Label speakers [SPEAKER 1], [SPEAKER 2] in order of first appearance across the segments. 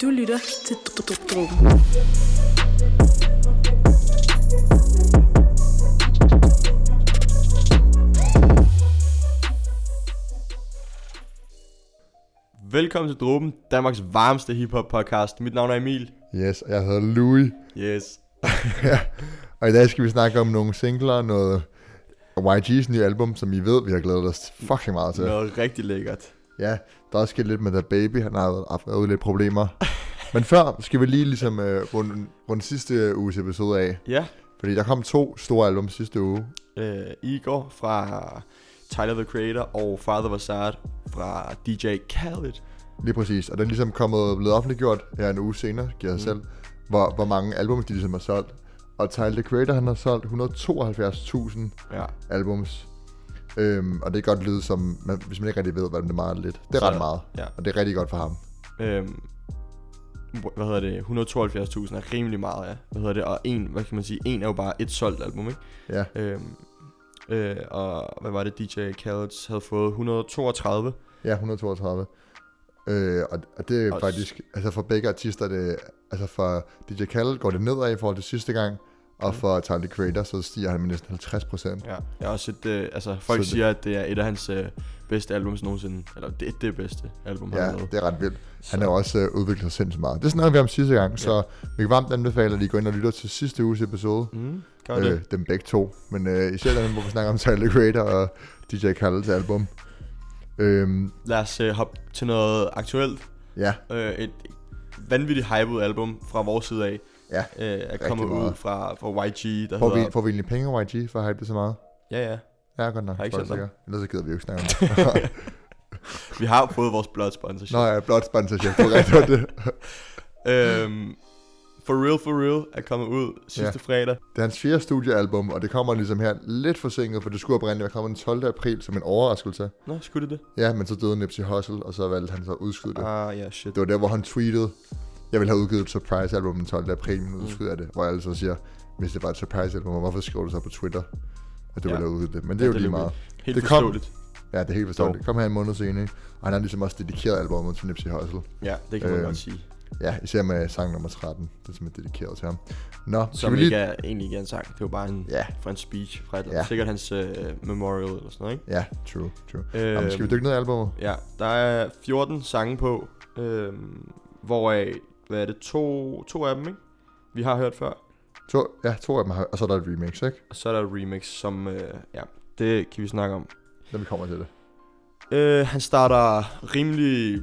[SPEAKER 1] Du lytter til Dråben.
[SPEAKER 2] Velkommen til Dråben, Danmarks varmeste hiphop podcast. Mit navn er Emil.
[SPEAKER 3] Yes, og jeg hedder Louis.
[SPEAKER 2] Yes.
[SPEAKER 3] Og i dag skal vi snakke om nogle singler, noget YG's nye album, som I ved, vi har glædet os fucking meget til.
[SPEAKER 2] Noget rigtig lækkert.
[SPEAKER 3] Ja, der er sket lidt med The Baby, han har haft været ude i lidt problemer. Men før skal vi lige ligesom øh, runde, runde sidste uges episode af,
[SPEAKER 2] Ja,
[SPEAKER 3] fordi der kom to store album sidste uge.
[SPEAKER 2] øh, I går fra Tyler the Creator og Father Vassard fra DJ Khaled.
[SPEAKER 3] Lige præcis, og den er ligesom kommet, blevet offentliggjort her en uge senere, giver jeg mm. selv, hvor, hvor mange albums de ligesom har solgt. Og Tyler, the Creator, han har solgt 172.000
[SPEAKER 2] Ja.
[SPEAKER 3] albums. Øhm, og det kan godt lyde som, man, hvis man ikke rigtig ved, hvad det er meget lidt. Det er
[SPEAKER 2] Så-
[SPEAKER 3] ret meget,
[SPEAKER 2] ja.
[SPEAKER 3] og det er rigtig godt for ham.
[SPEAKER 2] Øhm, wh- hvad hedder det? 172.000 er rimelig meget, ja. Hvad hedder det? Og en, hvad kan man sige? En er jo bare et solgt album, ikke?
[SPEAKER 3] Ja,
[SPEAKER 2] Øhm, øh, og hvad var det? DJ Khaled havde fået 132.
[SPEAKER 3] ja 132. Øh, og, og det er
[SPEAKER 2] Og s-
[SPEAKER 3] faktisk, altså for begge artister, er det, altså for DJ Khaled går det nedad i forhold til sidste gang,
[SPEAKER 2] Mm.
[SPEAKER 3] og for Tyler, the Creator, så stiger han med næsten 50 procent.
[SPEAKER 2] Ja. Jeg har også set, øh, altså folk
[SPEAKER 3] Så det-
[SPEAKER 2] siger, at det er et af hans øh, bedste albums nogensinde. Eller det er det bedste album, han
[SPEAKER 3] Ja,
[SPEAKER 2] har lavet.
[SPEAKER 3] det er ret vildt. Han har jo også øh, udviklet sig sindssygt meget. Det snakkede vi om sidste gang, så vi kan varmt anbefale, at I går ind og lytter til sidste uges episode.
[SPEAKER 2] Mm, gør det.
[SPEAKER 3] Øh, dem begge to. Men øh, især den, hvor vi snakker om Tyler the Creator og DJ Khaled's album. Øhm,
[SPEAKER 2] Lad os øh, hoppe til noget aktuelt.
[SPEAKER 3] ja,
[SPEAKER 2] Øh, et vanvittigt hypet album fra vores side af.
[SPEAKER 3] Ja,
[SPEAKER 2] Øh, er kommet ud
[SPEAKER 3] meget.
[SPEAKER 2] fra, fra YG, der
[SPEAKER 3] får vi,
[SPEAKER 2] hedder...
[SPEAKER 3] får vi egentlig penge af YG for at hype det så meget?
[SPEAKER 2] Ja, ja.
[SPEAKER 3] Ja, godt nok.
[SPEAKER 2] Har I ikke
[SPEAKER 3] Folk
[SPEAKER 2] sendt
[SPEAKER 3] sikkert. Ellers så gider vi jo ikke snakke om det.
[SPEAKER 2] Vi har jo fået vores blot sponsorship.
[SPEAKER 3] Nå ja, blot sponsorship. Det var rigtigt, det var det.
[SPEAKER 2] Øhm, for Real For Real er kommet ud sidste ja. fredag.
[SPEAKER 3] Det er hans fjerde studiealbum, og det kommer ligesom her lidt forsinket, for det skulle oprindeligt være kommet den 12. april som en overraskelse.
[SPEAKER 2] Nå, skulle det det?
[SPEAKER 3] Ja, men så døde Nipsey Hussle, og så valgte han så at udskyde det.
[SPEAKER 2] Ah, ja, shit.
[SPEAKER 3] Det var der, hvor han tweetede, jeg ville have udgivet et surprise album den 12. april, men nu
[SPEAKER 2] Mm.
[SPEAKER 3] udskyder jeg det. Hvor jeg altså siger, hvis det var et surprise album, hvorfor skrev du så på Twitter, at du
[SPEAKER 2] Ja.
[SPEAKER 3] ville have udgivet det? Men det er jo
[SPEAKER 2] det er
[SPEAKER 3] lige
[SPEAKER 2] lidt
[SPEAKER 3] meget.
[SPEAKER 2] Helt
[SPEAKER 3] det kom.
[SPEAKER 2] forståeligt.
[SPEAKER 3] Ja, det er helt forståeligt. Det kom her en måned senere, ikke? og han har ligesom også dedikeret albumet til Nipsey Hussle.
[SPEAKER 2] Ja, det kan man
[SPEAKER 3] Øhm,
[SPEAKER 2] godt sige.
[SPEAKER 3] Ja, især med sang nummer 13, det er simpelthen dedikeret til ham. Nå, skal
[SPEAKER 2] Som
[SPEAKER 3] vi
[SPEAKER 2] lige... ikke
[SPEAKER 3] lige...
[SPEAKER 2] er egentlig ikke er en sang. Det var bare en, ja.
[SPEAKER 3] Ja.
[SPEAKER 2] fra en speech fra et eller
[SPEAKER 3] Ja.
[SPEAKER 2] andet. Sikkert hans øh, memorial eller sådan noget, ikke?
[SPEAKER 3] Ja, true, true.
[SPEAKER 2] Øhm,
[SPEAKER 3] Jamen, skal vi dykke ned i albumet?
[SPEAKER 2] Ja, der er 14 sange på, øhm, hvoraf, hvad er det, to, to af dem, ikke? Vi har hørt før.
[SPEAKER 3] To, ja, to af dem har... Og så er der et remix, ikke?
[SPEAKER 2] Og så er der et remix, som, øh, ja, det kan vi snakke om.
[SPEAKER 3] Når vi kommer til det.
[SPEAKER 2] Øh, han starter rimelig,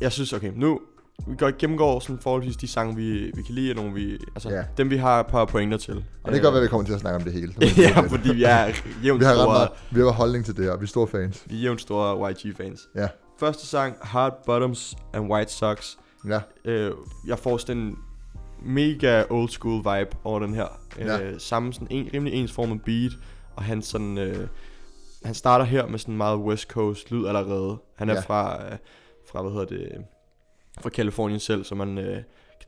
[SPEAKER 2] jeg synes, okay, nu, vi går gennemgår sådan forholdsvis de sange, vi, vi kan lide, og nogle vi, altså,
[SPEAKER 3] Ja.
[SPEAKER 2] dem vi har et par pointer til. Øh,
[SPEAKER 3] Og det kan godt være, at vi kommer til at snakke om det hele.
[SPEAKER 2] ja, fordi vi er jævnt
[SPEAKER 3] vi har ret
[SPEAKER 2] store,
[SPEAKER 3] meget, vi har holdning til det her, og vi er store fans.
[SPEAKER 2] vi er jævnt store YG-fans.
[SPEAKER 3] Ja.
[SPEAKER 2] Første sang, Hard Bottoms and White Socks.
[SPEAKER 3] Ja,
[SPEAKER 2] øh, jeg får sådan en mega old school vibe over den her. Øh,
[SPEAKER 3] Ja.
[SPEAKER 2] Samme sådan en, rimelig ensformet beat, og han sådan, øh, han starter her med sådan meget west coast lyd allerede. Han er ja.
[SPEAKER 3] Ja.
[SPEAKER 2] fra, øh, fra, hvad hedder det, fra Kalifornien selv, så man øh, kan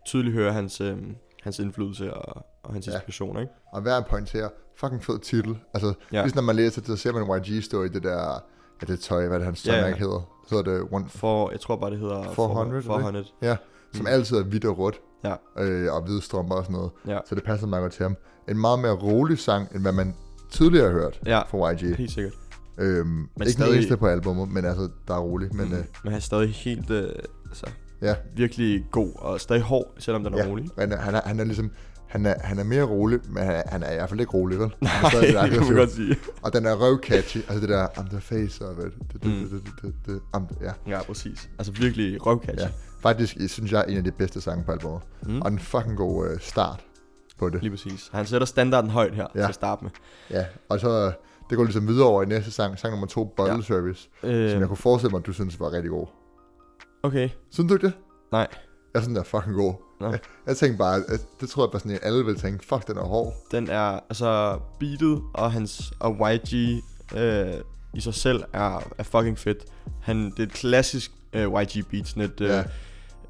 [SPEAKER 2] tydeligt høre hans, øh, hans indflydelse og, og hans
[SPEAKER 3] Ja.
[SPEAKER 2] inspirationer, ikke?
[SPEAKER 3] Og hver point her, fucking fed titel. Altså,
[SPEAKER 2] Ja.
[SPEAKER 3] ja. ligesom når man læser det, så ser man YG stå i det der, ja, det tøj, hvad er det hans
[SPEAKER 2] Ja, ja.
[SPEAKER 3] tøjmærke yeah. hedder. Så er det One,
[SPEAKER 2] For, jeg tror bare, det hedder
[SPEAKER 3] 400, er det
[SPEAKER 2] 400.
[SPEAKER 3] ja, som
[SPEAKER 2] Mm.
[SPEAKER 3] altid er hvidt og rødt.
[SPEAKER 2] Ja.
[SPEAKER 3] Øh, og hvide strømper og sådan noget.
[SPEAKER 2] Ja.
[SPEAKER 3] Så det passer meget godt til ham. En meget mere rolig sang, end hvad man tidligere har hørt
[SPEAKER 2] Ja.
[SPEAKER 3] fra YG.
[SPEAKER 2] Helt sikkert.
[SPEAKER 3] Øhm,
[SPEAKER 2] Men
[SPEAKER 3] ikke
[SPEAKER 2] stadig-
[SPEAKER 3] den eneste på albumet, men altså, der er rolig. Men mm. øh,
[SPEAKER 2] Men han er stadig helt, øh, altså,
[SPEAKER 3] ja,
[SPEAKER 2] virkelig god og stadig hård, selvom den er
[SPEAKER 3] ja.
[SPEAKER 2] rolig.
[SPEAKER 3] Han, er, han, er, han er ligesom, han er, han er mere rolig, men han er, han er i hvert fald ikke rolig, vel? Nej,
[SPEAKER 2] Ej, det kan man godt Mm. sige.
[SPEAKER 3] Og den er røvcatchy, altså det der, I'm the face of it, det, det, det, det, det, det, I'm, ja.
[SPEAKER 2] Ja, præcis. Altså virkelig røvcatch.
[SPEAKER 3] Ja.
[SPEAKER 2] Ja.
[SPEAKER 3] Faktisk jeg synes jeg er en af de bedste sange på albumet.
[SPEAKER 2] Mm.
[SPEAKER 3] Mm. Og en fucking god øh, start på det.
[SPEAKER 2] Lige præcis. Han sætter standarden højt her ja.
[SPEAKER 3] Ja.
[SPEAKER 2] til at starte med.
[SPEAKER 3] Ja. Og så øh, det går ligesom videre over i næste sang, sang nummer to, Bottle
[SPEAKER 2] Ja.
[SPEAKER 3] ja. Service, øh. som jeg
[SPEAKER 2] Øh,
[SPEAKER 3] kunne forestille mig, du synes var rigtig god.
[SPEAKER 2] okay.
[SPEAKER 3] Synes du ikke det?
[SPEAKER 2] Nej.
[SPEAKER 3] Jeg synes, den er fucking god.
[SPEAKER 2] Nå.
[SPEAKER 3] Jeg, jeg tænkte bare, at det tror jeg bare sådan, at alle vil tænke, fuck, den er hård.
[SPEAKER 2] Den er altså beatet og hans og YG øh, i sig selv er, er fucking fedt. Han, det er et klassisk øh, YG beat, sådan et, øh,
[SPEAKER 3] Ja.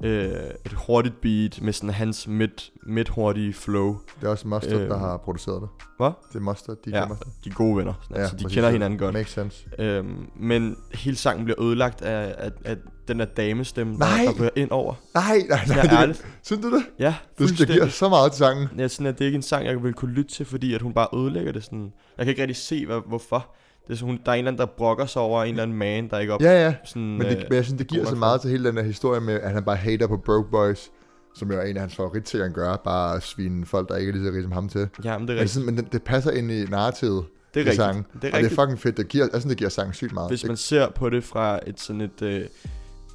[SPEAKER 2] ja. øh, et hurtigt beat med sådan hans midt, midt hurtige flow.
[SPEAKER 3] Det er også Mustard, øh, der
[SPEAKER 2] Øhm.
[SPEAKER 3] har produceret det.
[SPEAKER 2] Hvad?
[SPEAKER 3] Det er Mustard, de
[SPEAKER 2] Ja,
[SPEAKER 3] ja, Mustard.
[SPEAKER 2] de er gode venner, sådan, ja, så de
[SPEAKER 3] præcis.
[SPEAKER 2] kender hinanden godt.
[SPEAKER 3] Makes sense.
[SPEAKER 2] Øhm, men hele sangen bliver ødelagt af, af, af den der damestemme, der,
[SPEAKER 3] Nej!
[SPEAKER 2] der bliver ind over.
[SPEAKER 3] Nej, nej, nej.
[SPEAKER 2] Sådan er
[SPEAKER 3] Det,
[SPEAKER 2] ærligt.
[SPEAKER 3] synes du det?
[SPEAKER 2] Ja,
[SPEAKER 3] Det, det giver så meget til sangen.
[SPEAKER 2] Ja, sådan at det er ikke en sang, jeg vil kunne lytte til, fordi at hun bare ødelægger det sådan. Jeg kan ikke rigtig se, hvad, hvorfor. Det er sådan, hun, der er en eller anden, der brokker sig over en eller anden man, der ikke op.
[SPEAKER 3] Ja, ja.
[SPEAKER 2] Sådan, øh,
[SPEAKER 3] Men, det, men jeg synes, det giver så meget til hele den her historie med, at han bare hater på Broke Boys, som jo er en af hans favoritting at gøre, bare at svine folk, der ikke er lige så rige som ham til.
[SPEAKER 2] Ja, men det er
[SPEAKER 3] Men,
[SPEAKER 2] rigtigt.
[SPEAKER 3] sådan, men det, det passer ind i narrativet
[SPEAKER 2] Det er
[SPEAKER 3] i
[SPEAKER 2] rigtigt.
[SPEAKER 3] sangen.
[SPEAKER 2] Det er
[SPEAKER 3] og det
[SPEAKER 2] rigtigt.
[SPEAKER 3] er fucking fedt. Det giver, jeg synes, det giver sangen sygt meget.
[SPEAKER 2] Hvis
[SPEAKER 3] Det-
[SPEAKER 2] man ser på det fra et sådan et, øh,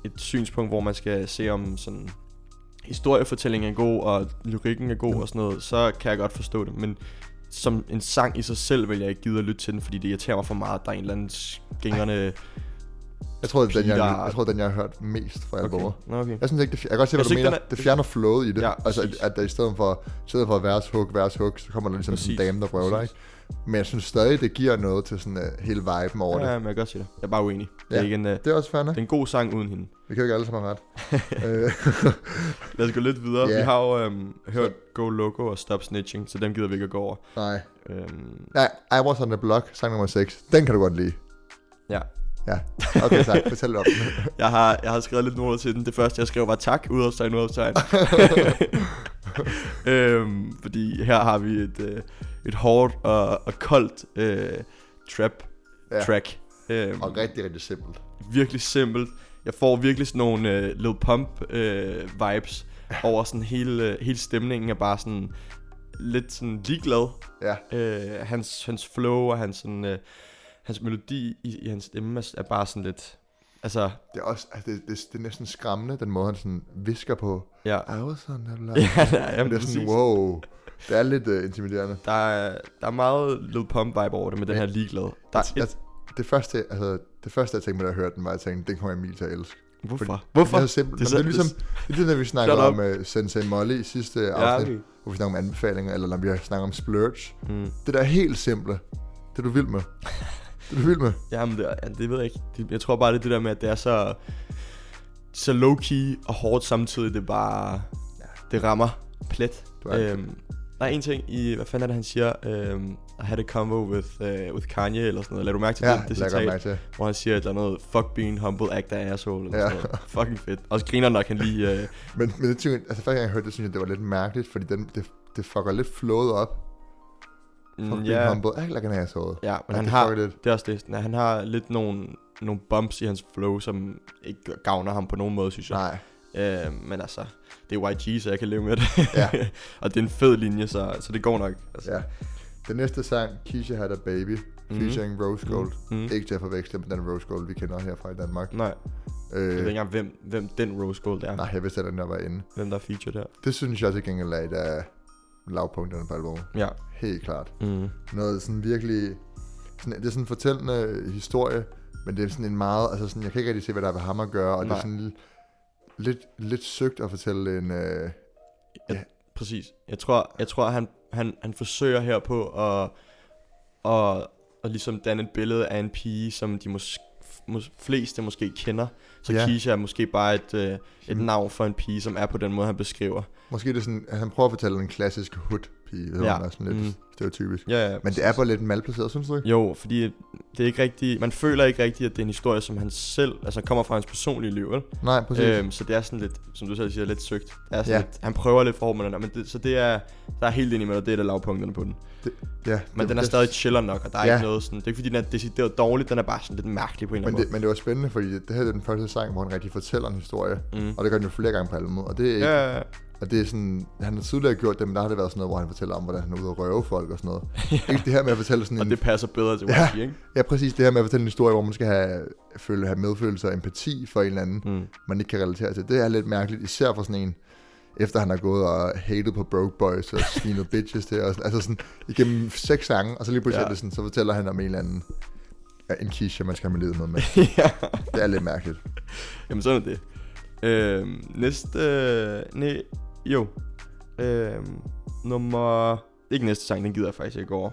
[SPEAKER 2] et synspunkt, hvor man skal se om sådan historiefortællingen er god, og lyrikken er god og sådan noget, så kan jeg godt forstå det. Men som en sang i sig selv vil jeg ikke gide at lytte til den, fordi det irriterer mig for meget, at der er en eller anden skængerne...
[SPEAKER 3] jeg, tror, det er den, jeg,
[SPEAKER 2] Pilar-
[SPEAKER 3] jeg tror, det er den, jeg har hørt mest fra albumet.
[SPEAKER 2] Okay.
[SPEAKER 3] Okay.
[SPEAKER 2] Nå, okay.
[SPEAKER 3] Jeg synes ikke, det, fj- jeg kan godt se, hvad
[SPEAKER 2] Jeg
[SPEAKER 3] du
[SPEAKER 2] synes ikke,
[SPEAKER 3] mener.
[SPEAKER 2] den er-
[SPEAKER 3] Det fjerner flowet i det.
[SPEAKER 2] Ja,
[SPEAKER 3] altså, at,
[SPEAKER 2] præcis.
[SPEAKER 3] at der i stedet for, i stedet for vers, hook, vers, hook, så kommer der ligesom sådan en
[SPEAKER 2] Præcis.
[SPEAKER 3] dame, der røvler,
[SPEAKER 2] Præcis.
[SPEAKER 3] ikke? Men jeg synes stadig, det giver noget til sådan uh, hele viben over
[SPEAKER 2] Ja,
[SPEAKER 3] det.
[SPEAKER 2] men jeg kan godt se det. Jeg er bare uenig. Det er
[SPEAKER 3] Ja.
[SPEAKER 2] ikke en, øh,
[SPEAKER 3] Det er også fair nok.
[SPEAKER 2] det er en god sang uden hende.
[SPEAKER 3] Vi kan jo ikke alle sammen have ret. øh,
[SPEAKER 2] Lad os gå lidt videre. Yeah.
[SPEAKER 3] Ja.
[SPEAKER 2] Vi har jo øhm, hørt Go Loco og Stop Snitching, så dem gider vi ikke at gå over.
[SPEAKER 3] nej.
[SPEAKER 2] Øhm,
[SPEAKER 3] Nej, I Was On The Block, sang nummer 6. Den kan du godt lide.
[SPEAKER 2] ja.
[SPEAKER 3] Ja, okay, tak. Fortæl om den.
[SPEAKER 2] Jeg har, jeg har skrevet lidt noter til den. Det første, jeg skrev, var tak, udopstegn, udopstegn. øhm, fordi her har vi et, øh, et hårdt og, og koldt øh, trap
[SPEAKER 3] Ja.
[SPEAKER 2] track. Øhm,
[SPEAKER 3] Og rigtig, rigtig simpelt.
[SPEAKER 2] virkelig simpelt. Jeg får virkelig sådan nogle øh, Lil Pump øh, vibes over sådan hele, øh, hele stemningen er bare sådan lidt sådan ligeglad.
[SPEAKER 3] Ja.
[SPEAKER 2] Øh, hans, hans flow og hans, sådan, øh, hans melodi i, i hans stemme er, er bare sådan lidt... Altså,
[SPEAKER 3] Det er, også, altså, det, det, det, er næsten skræmmende, den måde, han sådan visker på.
[SPEAKER 2] ja.
[SPEAKER 3] I Was On The Block.
[SPEAKER 2] Ja, nej,
[SPEAKER 3] Og
[SPEAKER 2] jamen,
[SPEAKER 3] det er sådan,
[SPEAKER 2] præcis.
[SPEAKER 3] wow. Det er lidt uh, intimiderende.
[SPEAKER 2] Der er, der er meget Lil Pump vibe over det med den
[SPEAKER 3] Men-
[SPEAKER 2] her ligeglad. Der er et,
[SPEAKER 3] Jeg, Altså, det første, altså, det første, jeg tænkte mig, da jeg hørte den, var, at jeg tænkte, den kommer Emil til at elske.
[SPEAKER 2] hvorfor?
[SPEAKER 3] Det er
[SPEAKER 2] Hvorfor?
[SPEAKER 3] så simpelt.
[SPEAKER 2] Det er
[SPEAKER 3] Det er,
[SPEAKER 2] så-
[SPEAKER 3] det er ligesom, det er det, når vi snakkede
[SPEAKER 2] Shut up.
[SPEAKER 3] om uh, Sensei Molly i sidste
[SPEAKER 2] Ja,
[SPEAKER 3] afsnit, hvor vi snakker om anbefalinger, eller når vi snakker om splurge.
[SPEAKER 2] mm.
[SPEAKER 3] Det der helt simple, det er du vild med. Det er du vild med.
[SPEAKER 2] Jamen, det, ja, det ved jeg ikke. Det, jeg tror bare, det er det der med, at det er så, så low-key og hårdt samtidig. Det er bare... Det rammer plet.
[SPEAKER 3] Du er
[SPEAKER 2] Øhm, der er en ting i... Hvad fanden er det, han siger? Øhm, I had a combo with, uh, with Kanye eller sådan noget. Lad du mærke til
[SPEAKER 3] Ja,
[SPEAKER 2] det, det
[SPEAKER 3] det lægger jeg
[SPEAKER 2] citat,
[SPEAKER 3] mærke til.
[SPEAKER 2] hvor han siger et eller andet, fuck being humble, act af asshole. Eller
[SPEAKER 3] Ja.
[SPEAKER 2] sådan noget. Fucking fedt. Og så griner nok, han lige... Øh,
[SPEAKER 3] Men, men det, synes jeg- altså, første gang jeg hørte det, synes jeg, det var lidt mærkeligt, fordi den, det, det fucker lidt flowet op.
[SPEAKER 2] mm,
[SPEAKER 3] Fuck
[SPEAKER 2] ja,
[SPEAKER 3] yeah. humble, ikke lagt en asshole.
[SPEAKER 2] ja, men
[SPEAKER 3] Ja,
[SPEAKER 2] han
[SPEAKER 3] det
[SPEAKER 2] har...
[SPEAKER 3] fucker lidt.
[SPEAKER 2] Det er også det. sådan, at Han har lidt nogle, nogle bumps i hans flow, som ikke gavner ham på nogen måde, synes jeg.
[SPEAKER 3] Nej,
[SPEAKER 2] Øh, men altså, det er YG, så jeg kan leve med det.
[SPEAKER 3] Ja.
[SPEAKER 2] og det er en fed linje, så, så det går nok. Altså.
[SPEAKER 3] ja. Den næste sang, Keisha Had a Baby,
[SPEAKER 2] Mhm.
[SPEAKER 3] featuring Rose Gold.
[SPEAKER 2] Mm.
[SPEAKER 3] Ikke til at forveksle med den Rose Gold, vi kender her fra i Danmark.
[SPEAKER 2] Nej, jeg ved
[SPEAKER 3] Øh,
[SPEAKER 2] ikke engang, hvem, hvem den Rose Gold er.
[SPEAKER 3] nej, jeg vidste, at den der var inde.
[SPEAKER 2] Hvem der er featured der.
[SPEAKER 3] Det synes jeg til gengæld er et af lavpunkterne på albumet.
[SPEAKER 2] Ja.
[SPEAKER 3] Helt klart.
[SPEAKER 2] Mm.
[SPEAKER 3] noget sådan virkelig... Sådan, det er sådan en fortællende historie, men det er sådan en meget... Altså sådan, jeg kan ikke rigtig se, hvad der er ved ham at gøre, og Nej. det
[SPEAKER 2] Nej.
[SPEAKER 3] er sådan lidt, lidt søgt at fortælle en... Øh,
[SPEAKER 2] Præcis. Jeg tror, jeg tror han, han, han forsøger her på at, at, at ligesom danne et billede af en pige, som de måske, mås, fleste måske kender. Så
[SPEAKER 3] Ja.
[SPEAKER 2] ja. Keisha er måske bare et, øh, et
[SPEAKER 3] Hmm.
[SPEAKER 2] navn for en pige, som er på den måde, han beskriver.
[SPEAKER 3] måske det er sådan, at han prøver at fortælle en klassisk hood-pige, ved
[SPEAKER 2] Ja.
[SPEAKER 3] ja. er sådan lidt
[SPEAKER 2] Mm.
[SPEAKER 3] mm. stereotypisk.
[SPEAKER 2] Ja, ja,
[SPEAKER 3] Men det er bare lidt malplaceret, synes du ikke?
[SPEAKER 2] Jo, fordi det er ikke rigtigt, man føler ikke rigtigt, at det er en historie, som han selv, altså kommer fra hans personlige liv, vel?
[SPEAKER 3] Nej, præcis.
[SPEAKER 2] Øhm, så det er sådan lidt, som du selv siger, lidt søgt. Det er sådan
[SPEAKER 3] Ja.
[SPEAKER 2] lidt, han prøver lidt for men det, så det er, der er helt ind imellem, det er der lavpunkterne på den.
[SPEAKER 3] ja,
[SPEAKER 2] Men
[SPEAKER 3] det,
[SPEAKER 2] den er
[SPEAKER 3] det-
[SPEAKER 2] stadig chiller nok, og der er
[SPEAKER 3] Ja.
[SPEAKER 2] ikke noget sådan, det er ikke fordi, den er decideret dårlig, den er bare sådan lidt mærkelig på en eller
[SPEAKER 3] Men
[SPEAKER 2] anden
[SPEAKER 3] det, men det var spændende, fordi det, det her er den første sang, hvor han rigtig fortæller en historie.
[SPEAKER 2] måde. Mm.
[SPEAKER 3] Og det gør han jo flere gange på albumet. Og det er ikke,
[SPEAKER 2] Ja, ja, ja.
[SPEAKER 3] Og det er sådan, han har tidligere gjort det, men der har det været sådan noget, hvor han fortæller om, hvordan han er ude og røve folk og sådan noget. ja. Ikke det her med at fortælle sådan
[SPEAKER 2] og
[SPEAKER 3] en...
[SPEAKER 2] det passer bedre til
[SPEAKER 3] Mm. Ja.
[SPEAKER 2] Wacky, ikke?
[SPEAKER 3] Ja, præcis det her med at fortælle en historie, hvor man skal have, føle, have medfølelse og empati for en eller anden, mm.
[SPEAKER 2] Mm.
[SPEAKER 3] man ikke kan relatere til. Det er lidt mærkeligt, især for sådan en, efter han har gået og hated på broke boys og svinet bitches til, og sådan, altså sådan igennem seks sange, og så lige pludselig
[SPEAKER 2] Ja.
[SPEAKER 3] ja. sådan, så fortæller han om en eller anden, ja, en kisha, man skal have med livet med. med.
[SPEAKER 2] ja.
[SPEAKER 3] Det er lidt mærkeligt.
[SPEAKER 2] Jamen sådan er det. Øhm, næste... Øh, nej, jo. Øhm, nummer... Ikke næste sang, den gider jeg faktisk ikke over.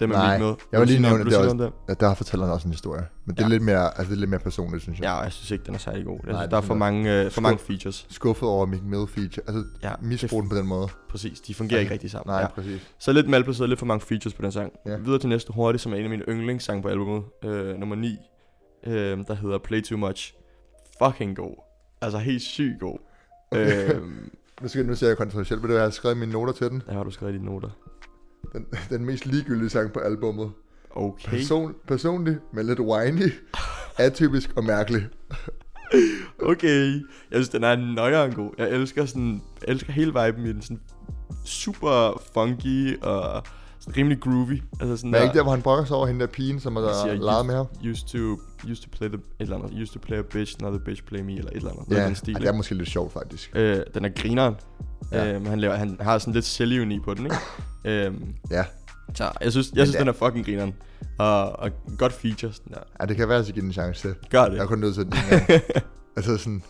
[SPEAKER 2] Dem er
[SPEAKER 3] Nej,
[SPEAKER 2] vi ikke med.
[SPEAKER 3] jeg vil lige
[SPEAKER 2] Vil du sige
[SPEAKER 3] nævne,
[SPEAKER 2] noget- vil du
[SPEAKER 3] det
[SPEAKER 2] sige
[SPEAKER 3] er
[SPEAKER 2] noget om dem?
[SPEAKER 3] Ja, der fortæller han også en historie. Men det er,
[SPEAKER 2] Ja.
[SPEAKER 3] lidt mere, altså, det er lidt mere personligt, synes jeg.
[SPEAKER 2] Ja, jeg synes ikke, den er særlig god. Jeg synes,
[SPEAKER 3] Nej,
[SPEAKER 2] Nej,
[SPEAKER 3] det
[SPEAKER 2] der er
[SPEAKER 3] synes
[SPEAKER 2] for
[SPEAKER 3] jeg
[SPEAKER 2] mange, øh, for mange features.
[SPEAKER 3] Skuffet over Mick Mill feature. Altså,
[SPEAKER 2] Ja,
[SPEAKER 3] misbrug den på den måde.
[SPEAKER 2] præcis. De fungerer ikke rigtig sammen.
[SPEAKER 3] Nej,
[SPEAKER 2] ja.
[SPEAKER 3] ja. præcis.
[SPEAKER 2] Så lidt malplaceret, lidt for mange features på den sang.
[SPEAKER 3] Ja.
[SPEAKER 2] Ja. Videre til næste hurtigt, som er en af mine yndlingssange på albumet. Øh, nummer 9, øh, der hedder Play Too Much. Fucking god. Altså helt sygt god.
[SPEAKER 3] Okay.
[SPEAKER 2] øh,
[SPEAKER 3] Nu, skal, nu ser jeg kontroversielt, men det var, jeg har skrevet i mine noter til den.
[SPEAKER 2] der har du skrevet i dine noter.
[SPEAKER 3] Den, den mest ligegyldige sang på albummet.
[SPEAKER 2] Okay.
[SPEAKER 3] Person, personlig, men lidt whiny, atypisk og mærkelig.
[SPEAKER 2] Okay. Jeg synes, den er nøjeren god. Jeg elsker, sådan, jeg elsker hele viben i den. Sådan super funky og sådan rimelig groovy. Altså sådan
[SPEAKER 3] Men er ikke der, hvor han brokker sig over hende der pigen, som har
[SPEAKER 2] Jeg siger,
[SPEAKER 3] leget med ham?
[SPEAKER 2] used to, used to play the, et eller andet, used to play a bitch, not a bitch play me, eller et eller andet.
[SPEAKER 3] Ja,
[SPEAKER 2] Noget i den stil,
[SPEAKER 3] ej, det er måske lidt sjovt faktisk.
[SPEAKER 2] Øh, den er grineren.
[SPEAKER 3] Ja.
[SPEAKER 2] Ja. Øh, han, laver, han har sådan lidt selvironi på den, ikke? øh,
[SPEAKER 3] Ja.
[SPEAKER 2] så jeg synes, jeg synes
[SPEAKER 3] det-
[SPEAKER 2] den er fucking grineren. Og, og godt feature. Sådan der.
[SPEAKER 3] ja, det kan være, at jeg skal give den en chance til.
[SPEAKER 2] Gør det.
[SPEAKER 3] Jeg er kun nødt til den en gang. Altså sådan,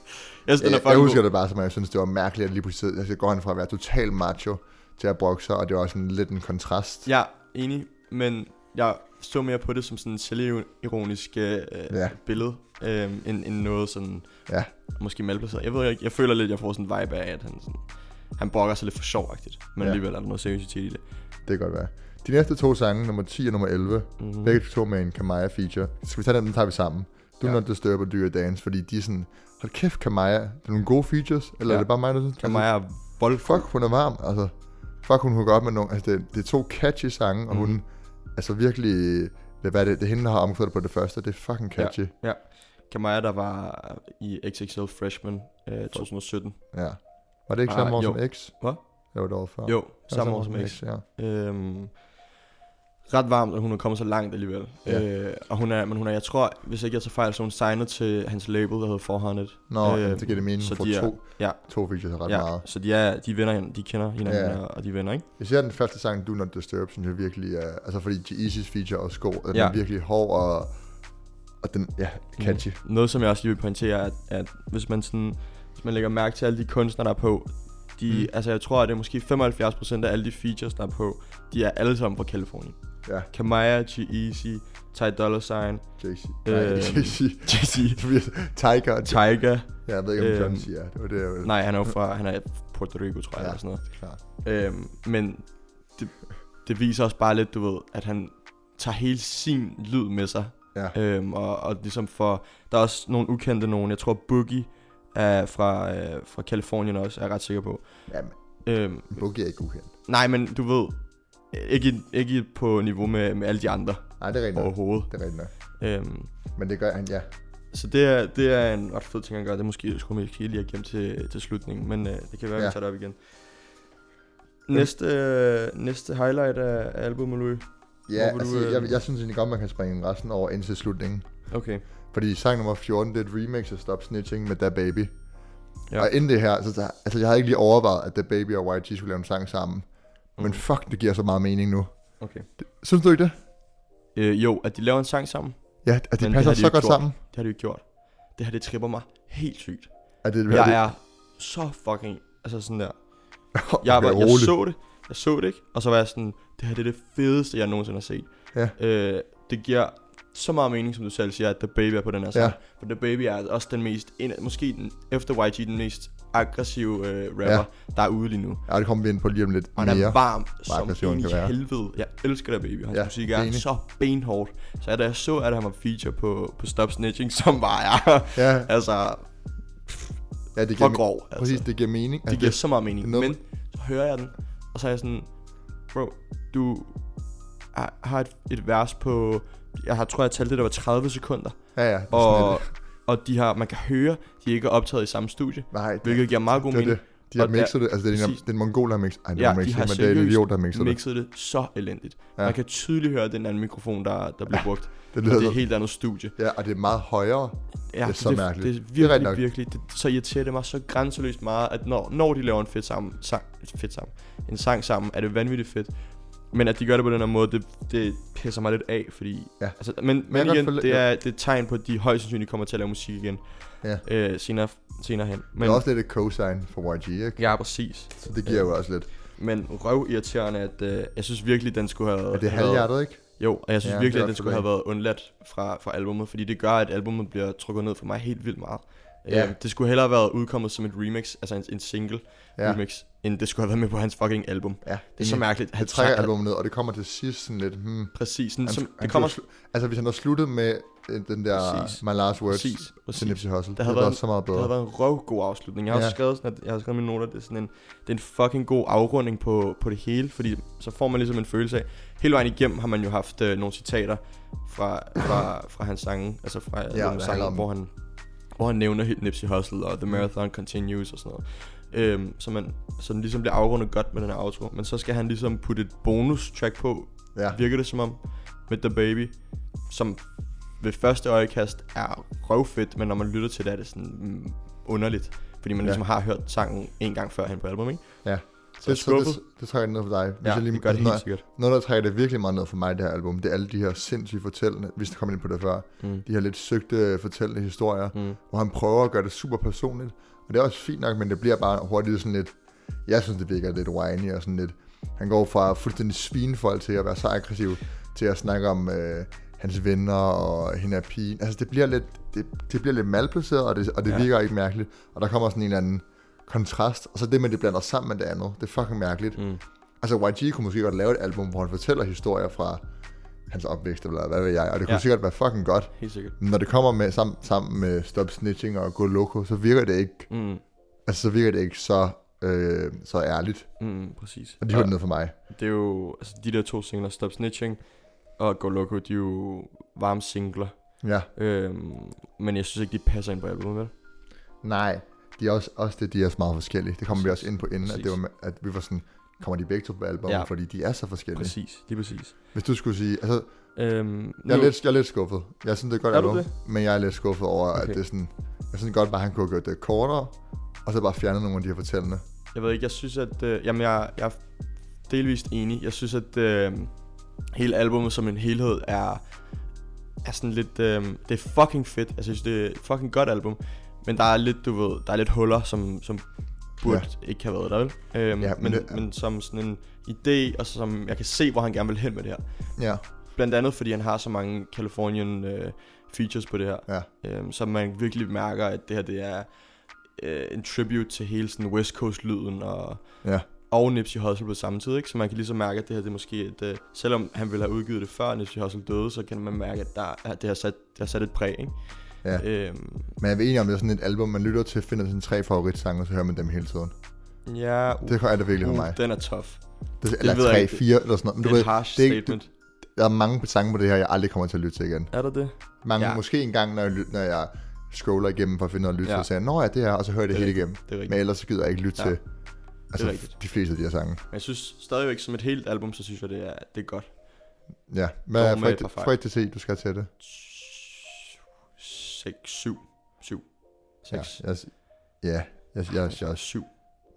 [SPEAKER 2] Jeg synes, den
[SPEAKER 3] jeg,
[SPEAKER 2] er
[SPEAKER 3] jeg,
[SPEAKER 2] fucking
[SPEAKER 3] husker
[SPEAKER 2] god.
[SPEAKER 3] det bare, som at jeg synes, det var mærkeligt, at lige pludselig altså, går han fra at være total macho til at brokke sig, og det var sådan lidt en kontrast.
[SPEAKER 2] Ja, enig. Men jeg så mere på det som sådan en selvironisk øh,
[SPEAKER 3] Ja.
[SPEAKER 2] ja. billede, øh, end, end noget sådan...
[SPEAKER 3] Ja.
[SPEAKER 2] Måske malplaceret. Jeg ved ikke, jeg føler lidt, jeg får sådan en vibe af, at han sådan... Han brokker sig lidt for sjovagtigt, men
[SPEAKER 3] Ja.
[SPEAKER 2] ja. alligevel er der noget seriøsitet i det.
[SPEAKER 3] Det kan godt være. De næste to sange, nummer 10 og nummer 11,
[SPEAKER 2] Mhm.
[SPEAKER 3] mm-hmm. begge to med en Kamaya feature. Skal vi tage dem, dem tager vi sammen. Du
[SPEAKER 2] Ja.
[SPEAKER 3] ja. Not Disturb og Dyr Dance, fordi de er sådan, hold kæft Kamaya, det er nogle gode features,
[SPEAKER 2] Ja.
[SPEAKER 3] eller ja. er det bare mig, der synes?
[SPEAKER 2] Kan Mm. mig er vold...
[SPEAKER 3] Altså, fuck, hun er varm, altså. Fuck, hun hooker op med nogle, altså det, det er to catchy sange,
[SPEAKER 2] Mhm.
[SPEAKER 3] og mm. hun, altså virkelig, det, hvad er det, det er hende, der har omkvædet det på det første, det er fucking catchy.
[SPEAKER 2] Ja. Kamaya, der var i XXL Freshman øh, 2017.
[SPEAKER 3] Ja. ja. Var det ikke
[SPEAKER 2] Ah,
[SPEAKER 3] samme år
[SPEAKER 2] jo.
[SPEAKER 3] som X?
[SPEAKER 2] Hvad?
[SPEAKER 3] Det var det år før.
[SPEAKER 2] Jo,
[SPEAKER 3] det var
[SPEAKER 2] samme år som X.
[SPEAKER 3] ja.
[SPEAKER 2] Øhm, ret varmt, og hun er kommet så langt alligevel.
[SPEAKER 3] Ja.
[SPEAKER 2] Ja. Øh, og hun er, men hun er, jeg tror, hvis ikke jeg tager fejl, så er hun signet til hans label, der hedder Forhåndet.
[SPEAKER 3] Nå,
[SPEAKER 2] Øhm,
[SPEAKER 3] øh, det giver det mening,
[SPEAKER 2] så
[SPEAKER 3] hun får
[SPEAKER 2] de er-
[SPEAKER 3] to,
[SPEAKER 2] ja.
[SPEAKER 3] to features er ret
[SPEAKER 2] ja,
[SPEAKER 3] meget.
[SPEAKER 2] så de, er, de, venner, hin- de kender hinanden,
[SPEAKER 3] Ja.
[SPEAKER 2] ja. og de er venner, ikke?
[SPEAKER 3] Især den første sang, Do Not Disturb, synes jeg virkelig er... Altså, fordi Jeezy's feature og sko, den ja.
[SPEAKER 2] Ja.
[SPEAKER 3] er virkelig hård og... Og den, ja, catchy. Mm.
[SPEAKER 2] Noget, som jeg også lige vil pointere, er, at, at hvis, man sådan, hvis man lægger mærke til alle de kunstnere, der er på, de,
[SPEAKER 3] Mm.
[SPEAKER 2] mm. altså jeg tror, at det er måske 75% af alle de features, der er på, de er alle sammen fra Kalifornien.
[SPEAKER 3] Ja.
[SPEAKER 2] Kamaya, G-Eazy, Ty Dolla Sign,
[SPEAKER 3] Jay-Z.
[SPEAKER 2] Øhm.
[SPEAKER 3] Nej, Jay-Z.
[SPEAKER 2] Jay-Z,
[SPEAKER 3] Det bliver Tiger. og-
[SPEAKER 2] Tyga.
[SPEAKER 3] Ja, jeg ved ikke, om John
[SPEAKER 2] Øhm.
[SPEAKER 3] siger. Det var det, jeg ville.
[SPEAKER 2] Nej, han er jo fra, han er Puerto Rico, tror jeg,
[SPEAKER 3] Ja.
[SPEAKER 2] ja. eller sådan
[SPEAKER 3] det er klart.
[SPEAKER 2] noget. Øhm, men det, det viser også bare lidt, du ved, at han tager hele sin lyd med sig.
[SPEAKER 3] Ja.
[SPEAKER 2] Øhm, og, og ligesom for, der er også nogle ukendte nogen, jeg tror Boogie er fra, øh, fra Kalifornien også, er jeg ret sikker på.
[SPEAKER 3] Jamen,
[SPEAKER 2] Øhm,
[SPEAKER 3] Boogie er ikke ukendt.
[SPEAKER 2] nej, men du ved, ikke, ikke på niveau med, med alle de andre
[SPEAKER 3] Nej, det er rent
[SPEAKER 2] ja.
[SPEAKER 3] nok.
[SPEAKER 2] overhovedet.
[SPEAKER 3] Det er rent nok.
[SPEAKER 2] Øhm,
[SPEAKER 3] Men det gør han, ja.
[SPEAKER 2] så det er, det er en ret fed ting at gøre. Det måske skulle man måske lige have gemt til, til slutningen, men øh, det kan være, at
[SPEAKER 3] Ja.
[SPEAKER 2] ja. vi tager det op igen. Næste, øh, næste highlight af af albumet, Louis.
[SPEAKER 3] Ja,
[SPEAKER 2] Hvor vil
[SPEAKER 3] altså,
[SPEAKER 2] du, øh,
[SPEAKER 3] jeg, jeg synes egentlig godt, man kan springe resten over indtil slutningen.
[SPEAKER 2] Okay.
[SPEAKER 3] Fordi sang nummer 14, det er et remix af Stop Snitching med Da Baby. Ja.
[SPEAKER 2] Ja.
[SPEAKER 3] Og inden det her, så, der- altså jeg havde ikke lige overvejet, at Da Baby og YG skulle lave en sang sammen. Mm. Men
[SPEAKER 2] Mm.
[SPEAKER 3] fuck, det giver så meget mening nu.
[SPEAKER 2] okay.
[SPEAKER 3] Synes du ikke det?
[SPEAKER 2] Øh, jo, at de laver en sang sammen,
[SPEAKER 3] Ja, at de
[SPEAKER 2] Men
[SPEAKER 3] Men
[SPEAKER 2] det
[SPEAKER 3] passer
[SPEAKER 2] har de
[SPEAKER 3] så
[SPEAKER 2] ikke
[SPEAKER 3] godt
[SPEAKER 2] gjort.
[SPEAKER 3] sammen.
[SPEAKER 2] det har de jo gjort. Det her, det tripper mig helt sygt.
[SPEAKER 3] At det,
[SPEAKER 2] Jeg er så fucking... Altså sådan der.
[SPEAKER 3] er,
[SPEAKER 2] Jeg, var, jeg så det. Jeg så det ikke. Og så var jeg sådan, det her det er det fedeste, jeg nogensinde har set.
[SPEAKER 3] Ja.
[SPEAKER 2] Øh, det giver så meget mening, som du selv siger, at The Baby er på den her sang.
[SPEAKER 3] Ja.
[SPEAKER 2] For The Baby er også den mest, en, måske den, efter YG, den mest aggressive øh, rapper,
[SPEAKER 3] Ja.
[SPEAKER 2] der er ude lige nu.
[SPEAKER 3] Ja, det kommer vi ind på lige om lidt
[SPEAKER 2] Og han
[SPEAKER 3] mere.
[SPEAKER 2] er varm
[SPEAKER 3] aggressiv
[SPEAKER 2] som en
[SPEAKER 3] han
[SPEAKER 2] i
[SPEAKER 3] kan være.
[SPEAKER 2] helvede. Jeg elsker det baby. Hans
[SPEAKER 3] Ja,
[SPEAKER 2] ja, musik er
[SPEAKER 3] enig.
[SPEAKER 2] så benhårdt. Så da jeg så, at han var feature på, på Stop Snitching, som var jeg.
[SPEAKER 3] Ja,
[SPEAKER 2] altså,
[SPEAKER 3] ja, det giver,
[SPEAKER 2] for grov. Altså.
[SPEAKER 3] præcis, det giver mening.
[SPEAKER 2] Det giver så meget mening.
[SPEAKER 3] det er noget-
[SPEAKER 2] Men så hører jeg den, og så er jeg sådan, bro, du har- har et, et vers på, jeg har, tror jeg talte det, der var 30 sekunder.
[SPEAKER 3] Ja, ja. Det er sådan
[SPEAKER 2] Og,
[SPEAKER 3] lidt-
[SPEAKER 2] og de har, man kan høre, de ikke er optaget i samme studie,
[SPEAKER 3] nej, det,
[SPEAKER 2] hvilket giver meget god
[SPEAKER 3] det, er
[SPEAKER 2] mening.
[SPEAKER 3] det. De har
[SPEAKER 2] Og der-
[SPEAKER 3] mixet det. Altså, det er en,
[SPEAKER 2] præcis.
[SPEAKER 3] det er en mongol, der har mixet. Ej, det
[SPEAKER 2] Ja,
[SPEAKER 3] er
[SPEAKER 2] de
[SPEAKER 3] mixet,
[SPEAKER 2] har
[SPEAKER 3] men det er en
[SPEAKER 2] seriøst
[SPEAKER 3] idiot, der har mixet det.
[SPEAKER 2] mixet det så elendigt.
[SPEAKER 3] Ja.
[SPEAKER 2] Ja. Man kan tydeligt høre den anden mikrofon, der, der bliver brugt.
[SPEAKER 3] Det
[SPEAKER 2] Og
[SPEAKER 3] lyder
[SPEAKER 2] det er et
[SPEAKER 3] så-
[SPEAKER 2] helt andet studie.
[SPEAKER 3] Ja, og det er meget højere.
[SPEAKER 2] Ja,
[SPEAKER 3] Det er så mærkeligt.
[SPEAKER 2] Det er
[SPEAKER 3] Det er
[SPEAKER 2] virkelig,
[SPEAKER 3] rigtig nok.
[SPEAKER 2] det virkelig, det, så irriterer det mig så grænseløst meget, at når, når de laver en fed sammen, sang, fedt sammen, en sang sammen, er det vanvittigt fedt. Men at de gør det på den her måde, det, det pisser mig lidt af, fordi...
[SPEAKER 3] Ja.
[SPEAKER 2] Altså, men,
[SPEAKER 3] jeg
[SPEAKER 2] men
[SPEAKER 3] kan
[SPEAKER 2] igen,
[SPEAKER 3] godt følge-
[SPEAKER 2] det er, det er et tegn på, at de højst sandsynligt kommer til at lave musik igen
[SPEAKER 3] Ja.
[SPEAKER 2] øh, senere, senere hen.
[SPEAKER 3] Men
[SPEAKER 2] Men,
[SPEAKER 3] det er også lidt et cosign for YG, ikke?
[SPEAKER 2] Ja, præcis.
[SPEAKER 3] Så det giver jo også lidt.
[SPEAKER 2] men røv irriterende, at øh, jeg synes virkelig, den skulle have...
[SPEAKER 3] Er det
[SPEAKER 2] have været-
[SPEAKER 3] halvhjertet, ikke?
[SPEAKER 2] Jo, og jeg synes
[SPEAKER 3] Ja,
[SPEAKER 2] ja,
[SPEAKER 3] det er
[SPEAKER 2] virkelig, at
[SPEAKER 3] også
[SPEAKER 2] den skulle have
[SPEAKER 3] fordi-
[SPEAKER 2] været undladt fra, fra albumet, fordi det gør, at albumet bliver trukket ned for mig helt vildt meget.
[SPEAKER 3] Ja.
[SPEAKER 2] Ja. Øh, det skulle hellere have været udkommet som et remix, altså en, en single
[SPEAKER 3] Ja.
[SPEAKER 2] ja. remix, end det skulle have været med på hans fucking album. Det
[SPEAKER 3] Ja,
[SPEAKER 2] er så mærkeligt.
[SPEAKER 3] Han trækker albumet ned, og det kommer til sidst sådan lidt, hmm,
[SPEAKER 2] Præcis, sådan,
[SPEAKER 3] Han-
[SPEAKER 2] som,
[SPEAKER 3] han
[SPEAKER 2] det kommer...
[SPEAKER 3] kunne Altså, hvis han havde sluttet med øh, den der
[SPEAKER 2] Præcis.
[SPEAKER 3] My Last Words
[SPEAKER 2] Præcis,
[SPEAKER 3] til
[SPEAKER 2] præcis.
[SPEAKER 3] Nipsey Hussle,
[SPEAKER 2] Der havde
[SPEAKER 3] det havde
[SPEAKER 2] været
[SPEAKER 3] været så meget
[SPEAKER 2] Det
[SPEAKER 3] bedre.
[SPEAKER 2] havde været en røv god afslutning. Jeg har, ja.
[SPEAKER 3] Ja.
[SPEAKER 2] også skrevet, sådan, at, jeg har skrevet mine noter, det er sådan en, det er en fucking god afrunding på, på det hele, fordi så får man ligesom en følelse af, hele vejen igennem har man jo haft øh, nogle citater fra, fra, fra hans sange, altså fra ja,
[SPEAKER 3] der
[SPEAKER 2] hans
[SPEAKER 3] handler
[SPEAKER 2] sange,
[SPEAKER 3] om-
[SPEAKER 2] hvor han, hvor han nævner helt Nipsey Hussle og The Marathon Continues og sådan noget. Øhm, så man så den ligesom bliver afrundet godt med den her outro, men så skal han ligesom putte et bonus track på,
[SPEAKER 3] Ja,
[SPEAKER 2] virker det som om, med The Baby, som ved første øjekast er røvfedt, men når man lytter til det, er det sådan mm, underligt. Fordi man
[SPEAKER 3] Ja.
[SPEAKER 2] ja. ligesom har hørt sangen en gang før hen på albumet, ikke?
[SPEAKER 3] Ja.
[SPEAKER 2] Så
[SPEAKER 3] det,
[SPEAKER 2] det,
[SPEAKER 3] så
[SPEAKER 2] skuffet.
[SPEAKER 3] det, det trækker det ned for dig. Hvis
[SPEAKER 2] ja,
[SPEAKER 3] jeg
[SPEAKER 2] det gør det helt
[SPEAKER 3] noget,
[SPEAKER 2] sikkert.
[SPEAKER 3] noget, der trækker det virkelig meget ned for mig, det her album, det er alle de her sindssyge fortællende, hvis der kommer ind på det før,
[SPEAKER 2] Mm.
[SPEAKER 3] de her lidt søgte øh, fortællende historier,
[SPEAKER 2] Mm.
[SPEAKER 3] hvor han prøver at gøre det super personligt. Og det er også fint nok, men det bliver bare hurtigt sådan lidt... Jeg synes, det virker lidt whiny og sådan lidt... Han går fra fuldstændig svinefold til at være så aggressiv, til at snakke om øh, hans venner og hende er pigen. Altså, det bliver lidt, det, det bliver lidt malplaceret, og det, og det ja.
[SPEAKER 2] Ja.
[SPEAKER 3] virker ikke mærkeligt. Og der kommer sådan en eller anden kontrast, og så det med, at det blander sammen med det andet. Det er fucking mærkeligt.
[SPEAKER 2] Mm.
[SPEAKER 3] Altså, YG kunne måske godt lave et album, hvor han fortæller historier fra hans opvækst, eller hvad ved jeg, og det kunne ja.
[SPEAKER 2] Ja.
[SPEAKER 3] sikkert være fucking godt.
[SPEAKER 2] Helt sikkert.
[SPEAKER 3] Men når det kommer med, sammen, sammen med Stop Snitching og Go Loco, så virker det ikke,
[SPEAKER 2] Mm.
[SPEAKER 3] altså, så virker det ikke så, øh, så ærligt.
[SPEAKER 2] Mm, præcis.
[SPEAKER 3] Og de holdt ned for mig.
[SPEAKER 2] det er jo, altså de der to singler, Stop Snitching og Go Loco, de er jo varme singler.
[SPEAKER 3] Ja.
[SPEAKER 2] Øhm, men jeg synes ikke, de passer ind på albumet, vel?
[SPEAKER 3] Nej. De er også, også det, de er også meget forskellige. Det kommer vi også
[SPEAKER 2] Præcis.
[SPEAKER 3] ind på inden, at, det var,
[SPEAKER 2] Præcis.
[SPEAKER 3] med- at vi var sådan, kommer de begge to på albumet, ja.
[SPEAKER 2] Ja.
[SPEAKER 3] fordi de er så forskellige. Præcis.
[SPEAKER 2] Præcis, lige præcis.
[SPEAKER 3] Hvis du skulle sige, altså,
[SPEAKER 2] Øhm,
[SPEAKER 3] jeg er,
[SPEAKER 2] nu-
[SPEAKER 3] lidt, jeg er lidt skuffet. Jeg synes, det er et godt
[SPEAKER 2] Er du
[SPEAKER 3] album, men jeg er lidt skuffet over, okay. at
[SPEAKER 2] Okay.
[SPEAKER 3] det er sådan, jeg synes godt bare, han kunne have gjort det kortere, og så bare fjernet nogle af de her fortællende.
[SPEAKER 2] Jeg ved ikke, jeg synes, at... Øh, jamen, jeg, jeg er delvist enig. Jeg synes, at øh, hele albumet som en helhed er, er sådan lidt... Øh, det er fucking fedt. Altså, jeg synes, det er et fucking godt album. Men der er lidt, du ved, der er lidt huller, som, som burde ja. ikke have været der, vel? Øhm,
[SPEAKER 3] Ja,
[SPEAKER 2] ja,
[SPEAKER 3] men
[SPEAKER 2] men, men,
[SPEAKER 3] det-
[SPEAKER 2] men som sådan en idé, og som jeg kan se, hvor han gerne vil hen med det her.
[SPEAKER 3] Ja,
[SPEAKER 2] Blandt andet, fordi han har så mange Californian øh, features på det her.
[SPEAKER 3] ja.
[SPEAKER 2] Øhm, så man virkelig mærker, at det her det er øh, en tribute til hele sådan West Coast-lyden og,
[SPEAKER 3] Ja.
[SPEAKER 2] og Nipsey Hussle på samme tid. Ikke? Så man kan ligesom mærke, at det her det er måske et... Øh, selvom han ville have udgivet det før Nipsey Hussle døde, så kan man mærke, at der, at det, har sat, det har sat et præg. Ikke?
[SPEAKER 3] Ja.
[SPEAKER 2] Øhm,
[SPEAKER 3] Men jeg er enig om, det er sådan et album, man lytter til, finder sine tre favoritsange, og så hører man dem hele tiden.
[SPEAKER 2] ja, uh,
[SPEAKER 3] Det er det virkelig for mig.
[SPEAKER 2] uh, den er tough.
[SPEAKER 3] Det, det eller
[SPEAKER 2] ved jeg
[SPEAKER 3] tre,
[SPEAKER 2] ikke.
[SPEAKER 3] fire eller sådan noget. Men
[SPEAKER 2] Det
[SPEAKER 3] du
[SPEAKER 2] er
[SPEAKER 3] ved,
[SPEAKER 2] et harsh
[SPEAKER 3] det er ikke-
[SPEAKER 2] statement.
[SPEAKER 3] der er mange sange på det her, jeg aldrig kommer til at lytte til igen.
[SPEAKER 2] Er der det?
[SPEAKER 3] Mange, ja.
[SPEAKER 2] Ja.
[SPEAKER 3] Måske en gang, når jeg, lyt- når jeg scroller igennem for at finde noget at lytte ja.
[SPEAKER 2] Ja.
[SPEAKER 3] til, og siger, jeg, Nå ja, det her, og så hører jeg det,
[SPEAKER 2] Det er
[SPEAKER 3] hele igennem.
[SPEAKER 2] Det er rigtigt.
[SPEAKER 3] Men ellers så gider jeg ikke lytte ja.
[SPEAKER 2] Ja.
[SPEAKER 3] til altså,
[SPEAKER 2] rigtigt.
[SPEAKER 3] de fleste af de her sange.
[SPEAKER 2] Men jeg synes stadigvæk, som et helt album, så synes jeg, det er, det er godt.
[SPEAKER 3] Ja, men
[SPEAKER 2] Dog
[SPEAKER 3] jeg
[SPEAKER 2] med
[SPEAKER 3] får
[SPEAKER 2] et
[SPEAKER 3] ikke,
[SPEAKER 2] par fejl.
[SPEAKER 3] får ikke til at se, du skal til det.
[SPEAKER 2] 6, 7, 7,
[SPEAKER 3] Ja,
[SPEAKER 2] 6,
[SPEAKER 3] jeg, ja, jeg, jeg, jeg, jeg,
[SPEAKER 2] 7.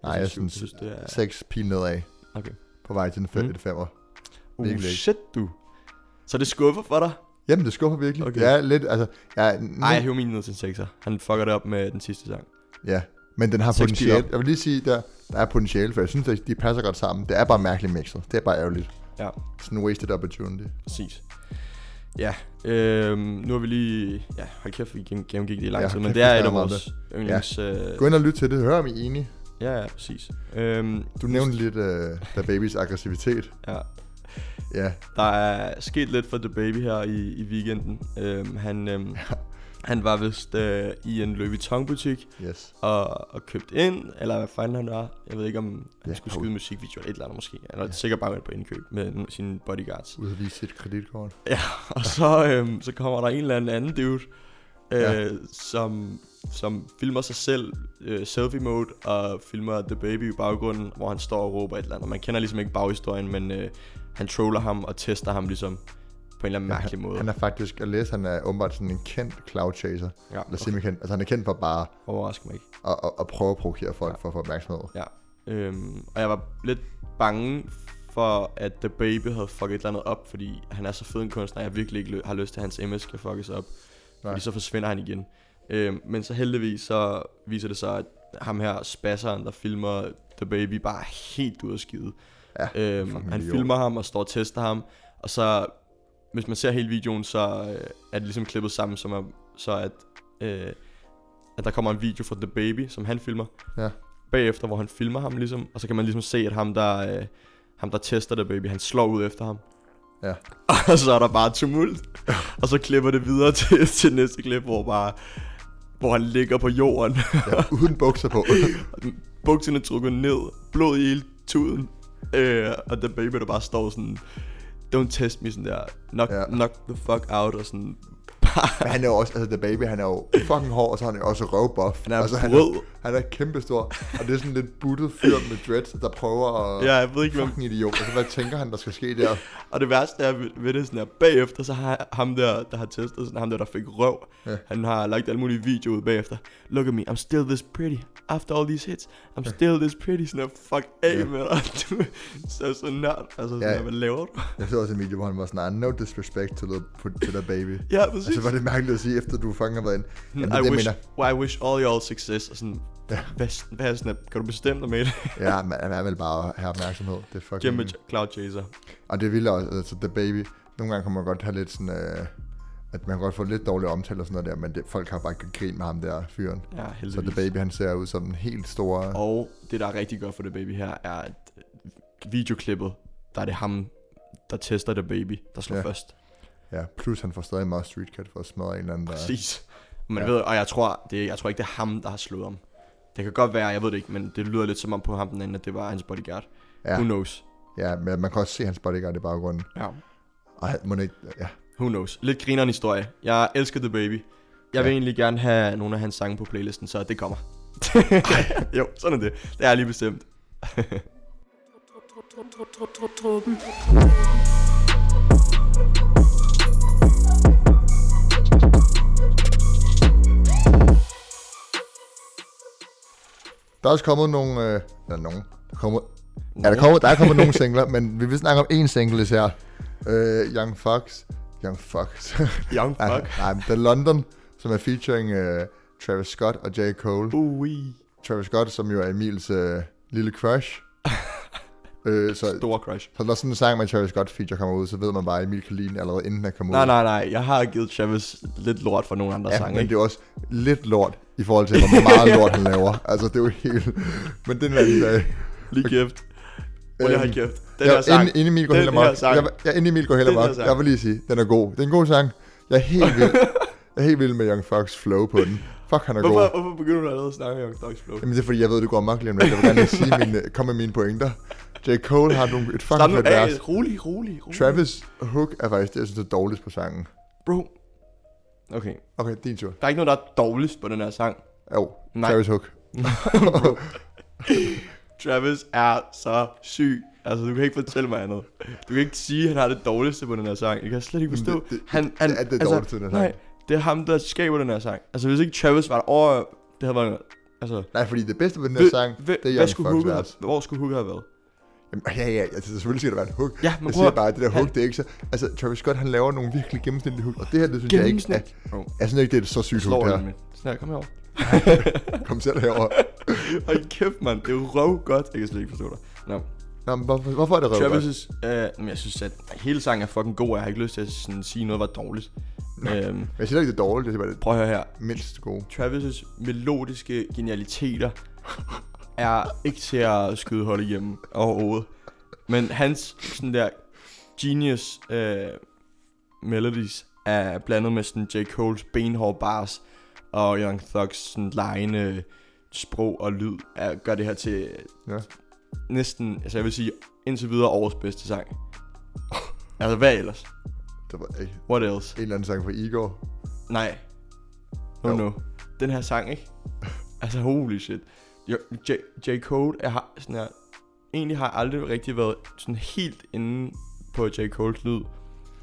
[SPEAKER 3] nej, jeg synes,
[SPEAKER 2] Altså, synes det er...
[SPEAKER 3] seks pil nedad
[SPEAKER 2] Okay.
[SPEAKER 3] på vej til en fem,
[SPEAKER 2] Mm.
[SPEAKER 3] mm. femmer.
[SPEAKER 2] Uh,
[SPEAKER 3] virkelig ikke.
[SPEAKER 2] shit, du. Så det skuffer for dig?
[SPEAKER 3] Jamen, det skuffer virkelig. Okay.
[SPEAKER 2] Okay.
[SPEAKER 3] Det er lidt, altså... Jeg, er
[SPEAKER 2] Nej, jeg hæver min ned til en 6'er. Han fucker det op med den sidste sang.
[SPEAKER 3] Ja, men den har
[SPEAKER 2] Seks piger
[SPEAKER 3] potentiale.
[SPEAKER 2] op.
[SPEAKER 3] Jeg vil lige sige, der, der er potentiale, for jeg synes, at de passer godt sammen. Det er bare mærkeligt mixet. Det er bare ærgerligt.
[SPEAKER 2] Ja.
[SPEAKER 3] Sådan en wasted opportunity.
[SPEAKER 2] Præcis. Ja, øhm, nu har vi lige... Ja, hold kæft, vi gennem- gennemgik det i lang
[SPEAKER 3] Ja,
[SPEAKER 2] tid,
[SPEAKER 3] kæft,
[SPEAKER 2] men det er
[SPEAKER 3] vi
[SPEAKER 2] et af
[SPEAKER 3] snakker om
[SPEAKER 2] vores yndlings... Øh,
[SPEAKER 3] Gå ind og lyt til det. Hør om I er enige.
[SPEAKER 2] ja, ja, præcis. Øhm,
[SPEAKER 3] Du nævnte lidt uh, der babys aggressivitet.
[SPEAKER 2] ja,
[SPEAKER 3] Ja,
[SPEAKER 2] der er sket lidt for The Baby her i, i weekenden. Øhm, han, øhm, han var vist øh, i en Louis Vuitton-butik,
[SPEAKER 3] yes.
[SPEAKER 2] og, og købt ind, eller hvad fanden han var. Jeg ved ikke, om han
[SPEAKER 3] Ja,
[SPEAKER 2] ja, skulle
[SPEAKER 3] hov.
[SPEAKER 2] skyde musikvideoer eller et eller andet måske. Han var sikkert bare ind på indkøb med n- sine bodyguards.
[SPEAKER 3] Ud at vise sit kreditkort.
[SPEAKER 2] Og så, øhm, så kommer der en eller anden anden dude, øh,
[SPEAKER 3] Ja.
[SPEAKER 2] ja. som, som filmer sig selv øh, selfie mode og filmer The Baby i baggrunden, hvor han står og råber et eller andet. Man kender ligesom ikke baghistorien, men øh, han troller ham og tester ham ligesom på en eller anden mærkelig måde.
[SPEAKER 3] Han er faktisk, at læse, han er åbenbart sådan en kendt cloud chaser.
[SPEAKER 2] Ja,
[SPEAKER 3] Eller okay. kendt. Altså han er kendt for bare
[SPEAKER 2] overrasker mig ikke.
[SPEAKER 3] at, at, at prøve at provokere folk for at få opmærksomhed.
[SPEAKER 2] Ja. Øhm, og jeg var lidt bange for, at The Baby havde fucket et eller andet op, fordi han er så fed en kunstner, jeg virkelig ikke lø- har lyst til, at hans image skal fuckes op.
[SPEAKER 3] Nej.
[SPEAKER 2] Nej. Fordi så forsvinder han igen. Øhm, men så heldigvis så viser det sig, at ham her, spasseren, der filmer The Baby bare helt ud af skide.
[SPEAKER 3] Ja,
[SPEAKER 2] øhm,
[SPEAKER 3] fucking
[SPEAKER 2] han
[SPEAKER 3] idiot.
[SPEAKER 2] filmer ham og står og tester ham, og så, hvis man ser hele videoen, så øh, er det ligesom klippet sammen, som er, så at, øh, at der kommer en video fra The Baby, som han filmer,
[SPEAKER 3] Ja.
[SPEAKER 2] bagefter, hvor han filmer ham ligesom, og så kan man ligesom se, at ham der, øh, ham der tester The Baby, han slår ud efter ham.
[SPEAKER 3] Ja.
[SPEAKER 2] Og så er der bare tumult, og så klipper det videre til, til næste klip, hvor bare hvor han ligger på jorden,
[SPEAKER 3] Ja, uden bukser på.
[SPEAKER 2] bukserne trukket ned, blod i hele tuden, øh, og The Baby, der bare står sådan, don't test me, sådan der, knock,
[SPEAKER 3] Ja.
[SPEAKER 2] yeah. knock the fuck out, og sådan,
[SPEAKER 3] Men han er jo også, altså The Baby, han er jo fucking hård, og så er han jo også røvbuff.
[SPEAKER 2] Han er
[SPEAKER 3] altså, han
[SPEAKER 2] rød.
[SPEAKER 3] er, han er kæmpestor, og det er sådan lidt buttet fyr med dreads, der prøver at...
[SPEAKER 2] ja, jeg ved ikke, hvem,
[SPEAKER 3] Fucking idiot. Altså, hvad tænker han, der skal ske der?
[SPEAKER 2] Og det værste er ved- ved det sådan her, bagefter, så har ham der, der har testet, sådan ham der, der fik røv,
[SPEAKER 3] Ja.
[SPEAKER 2] yeah. han har lagt alle mulige videoer ud bagefter. Look at me, I'm still this pretty. After all these hits, I'm still this pretty. Sådan her, fuck af
[SPEAKER 3] Ja.
[SPEAKER 2] yeah. med dig. Du er så så nørd. Altså, sådan
[SPEAKER 3] Ja.
[SPEAKER 2] yeah. hvad laver du?
[SPEAKER 3] Jeg så også en video, hvor han var sådan, "Ah, no disrespect to the, to the baby.
[SPEAKER 2] Ja, præcis.
[SPEAKER 3] Altså, var det mærkeligt at sige, efter du fucking har været inde. Ja, det, er
[SPEAKER 2] I,
[SPEAKER 3] det, jeg
[SPEAKER 2] wish,
[SPEAKER 3] mener.
[SPEAKER 2] well, I wish all y'all success. Og sådan,
[SPEAKER 3] Ja.
[SPEAKER 2] hvad, hvad er sådan her, kan du bestemme dig med det?
[SPEAKER 3] Ja, man man er vel bare at have opmærksomhed. Det er fucking...
[SPEAKER 2] Gennem et cloud chaser.
[SPEAKER 3] Og det ville også, altså The Baby, nogle gange kan man godt have lidt sådan, øh, at man kan godt få lidt dårlig omtale og sådan noget der, men det, folk har bare gjort grin med ham der fyren.
[SPEAKER 2] Ja, heldigvis.
[SPEAKER 3] Så The Baby, han ser ud som en helt stor... Oh.
[SPEAKER 2] Og det, der er rigtig godt for The Baby her, er, at videoklippet, der er det ham, der tester The Baby, der slår
[SPEAKER 3] Ja.
[SPEAKER 2] ja. først.
[SPEAKER 3] Ja, plus han får stadig meget street cat for at smadre en eller anden, der...
[SPEAKER 2] Præcis. Man
[SPEAKER 3] Ja.
[SPEAKER 2] ja. ved, og jeg tror, det, jeg tror ikke, det er ham, der har slået ham. Det kan godt være, jeg ved det ikke, men det lyder lidt som om på ham den anden, at det var hans bodyguard. Ja. Who
[SPEAKER 3] Ja,
[SPEAKER 2] knows?
[SPEAKER 3] ja, men man kan også se hans bodyguard i baggrunden.
[SPEAKER 2] Ja.
[SPEAKER 3] Og han må ikke... Ja,
[SPEAKER 2] Who knows? Lidt grineren historie. Jeg elsker The Baby. Jeg vil
[SPEAKER 3] Ja.
[SPEAKER 2] egentlig gerne have nogle af hans sange på playlisten, så det kommer. jo, sådan er det. Det er lige bestemt.
[SPEAKER 1] Truppen.
[SPEAKER 3] Der er også kommet nogle... Øh, eller nogen. Der er kommet, ja, der, kommer, der er kommet nogle singler, men vi vil snakke om én single især. Øh, Young Fox. Young Fox.
[SPEAKER 2] Young
[SPEAKER 3] nej,
[SPEAKER 2] fuck.
[SPEAKER 3] nej, men The London, som er featuring øh, Travis Scott og J. Cole.
[SPEAKER 2] Uh. Ui.
[SPEAKER 3] Travis Scott, som jo er Emils øh, lille crush. øh, så,
[SPEAKER 2] Stor crush.
[SPEAKER 3] så når sådan en sang med Travis Scott feature kommer ud, så ved man bare, at Emil kan lide den allerede inden den kommer
[SPEAKER 2] Nej,
[SPEAKER 3] ud.
[SPEAKER 2] nej, nej. Jeg har givet Travis lidt lort for nogle andre
[SPEAKER 3] Ja,
[SPEAKER 2] sange,
[SPEAKER 3] men
[SPEAKER 2] ikke?
[SPEAKER 3] det er jo også lidt lort i forhold til, hvor meget lort han laver. Altså, det er jo helt... Men den er en anden dag.
[SPEAKER 2] Lige kæft. Prøv lige at holde kæft. Den
[SPEAKER 3] jeg,
[SPEAKER 2] her sang.
[SPEAKER 3] Inden, inden Emil går
[SPEAKER 2] Den
[SPEAKER 3] helt
[SPEAKER 2] her
[SPEAKER 3] amok.
[SPEAKER 2] sang.
[SPEAKER 3] Jeg, jeg, inden Emil går helt
[SPEAKER 2] Den her
[SPEAKER 3] amok.
[SPEAKER 2] sang.
[SPEAKER 3] Jeg vil lige sige, den er god. Det er en god sang. Jeg er helt vild, jeg er helt vild med Young Fox flow på den. Fuck, han er
[SPEAKER 2] Hvorfor,
[SPEAKER 3] god.
[SPEAKER 2] hvorfor begynder du allerede at snakke om Young Dogs Flow?
[SPEAKER 3] Jamen, det er fordi, jeg ved, du går amok lige om lidt. Jeg vil gerne lige sige mine, komme med mine pointer. J. Cole har nogle, et
[SPEAKER 2] Slap
[SPEAKER 3] fucking
[SPEAKER 2] nu
[SPEAKER 3] fedt
[SPEAKER 2] af.
[SPEAKER 3] vers.
[SPEAKER 2] øh, Rolig, rolig, rolig.
[SPEAKER 3] Travis Hook er faktisk det, jeg synes er dårligst på sangen.
[SPEAKER 2] Bro. Okay.
[SPEAKER 3] Okay, din tur.
[SPEAKER 2] Der er ikke noget, der er dårligst på den her sang.
[SPEAKER 3] Jo,
[SPEAKER 2] Nej.
[SPEAKER 3] Travis Hook.
[SPEAKER 2] Travis er så syg. Altså, du kan ikke fortælle mig andet. Du kan ikke sige, at han har det dårligste på den her sang. Jeg kan slet ikke forstå.
[SPEAKER 3] det- det-
[SPEAKER 2] han,
[SPEAKER 3] det
[SPEAKER 2] han, altså,
[SPEAKER 3] er det dårligste på den her
[SPEAKER 2] Nej,
[SPEAKER 3] sang.
[SPEAKER 2] det er ham, der skaber den her sang. Altså, hvis ikke Travis var der over... Det havde været... Altså,
[SPEAKER 3] Nej, fordi det bedste ved den her
[SPEAKER 2] ved-
[SPEAKER 3] sang,
[SPEAKER 2] ved-
[SPEAKER 3] det er
[SPEAKER 2] hvad
[SPEAKER 3] Young
[SPEAKER 2] skulle
[SPEAKER 3] Fox
[SPEAKER 2] Hooker,
[SPEAKER 3] vers.
[SPEAKER 2] have- hvor skulle Hooker have været?
[SPEAKER 3] Jamen, ja, ja, altså, selvfølgelig skal der være et hook.
[SPEAKER 2] Ja, men prøv
[SPEAKER 3] jeg siger
[SPEAKER 2] at-
[SPEAKER 3] bare, at det der hook,
[SPEAKER 2] han-
[SPEAKER 3] det er ikke så... Altså, Travis Scott, han laver nogle virkelig gennemsnitlige hook, og det her, det synes jeg ikke er...
[SPEAKER 2] Gennemsnit. Bro,
[SPEAKER 3] Jeg synes ikke, det er et så sygt
[SPEAKER 2] slår
[SPEAKER 3] hook, det
[SPEAKER 2] jeg med. Sådan her, kom herover.
[SPEAKER 3] her. Kom selv herover.
[SPEAKER 2] Ej, kæft, mand. Det er jo røv godt. Jeg kan slet ikke forstå dig. Nå,
[SPEAKER 3] Nå, men hvorfor, hvorfor er det røvgodt?
[SPEAKER 2] Travis' øh, men jeg synes, at hele sangen er fucking god, og jeg har ikke lyst til at sådan, sige noget, var dårligt. øhm,
[SPEAKER 3] Jeg siger ikke, det er dårligt, det er bare det
[SPEAKER 2] prøv at høre her.
[SPEAKER 3] mindst gode.
[SPEAKER 2] Travis' melodiske genialiteter er ikke til at skyde hold hjemme overhovedet. Men hans sådan der genius øh, melodies er blandet med sådan J. Cole's benhårde bars og Young Thug's sådan lejende sprog og lyd er, gør det her til
[SPEAKER 3] Ja.
[SPEAKER 2] næsten, altså jeg vil sige, indtil videre årets bedste sang. altså hvad ellers?
[SPEAKER 3] Der var ikke
[SPEAKER 2] What else?
[SPEAKER 3] en eller anden sang fra Igor.
[SPEAKER 2] Nej. No,
[SPEAKER 3] Jo.
[SPEAKER 2] no. Den her sang, ikke? Altså, holy shit. Jo, J, J. Cole er, har- sådan her, egentlig har jeg aldrig rigtig været sådan helt inde på J. Cole's lyd. Og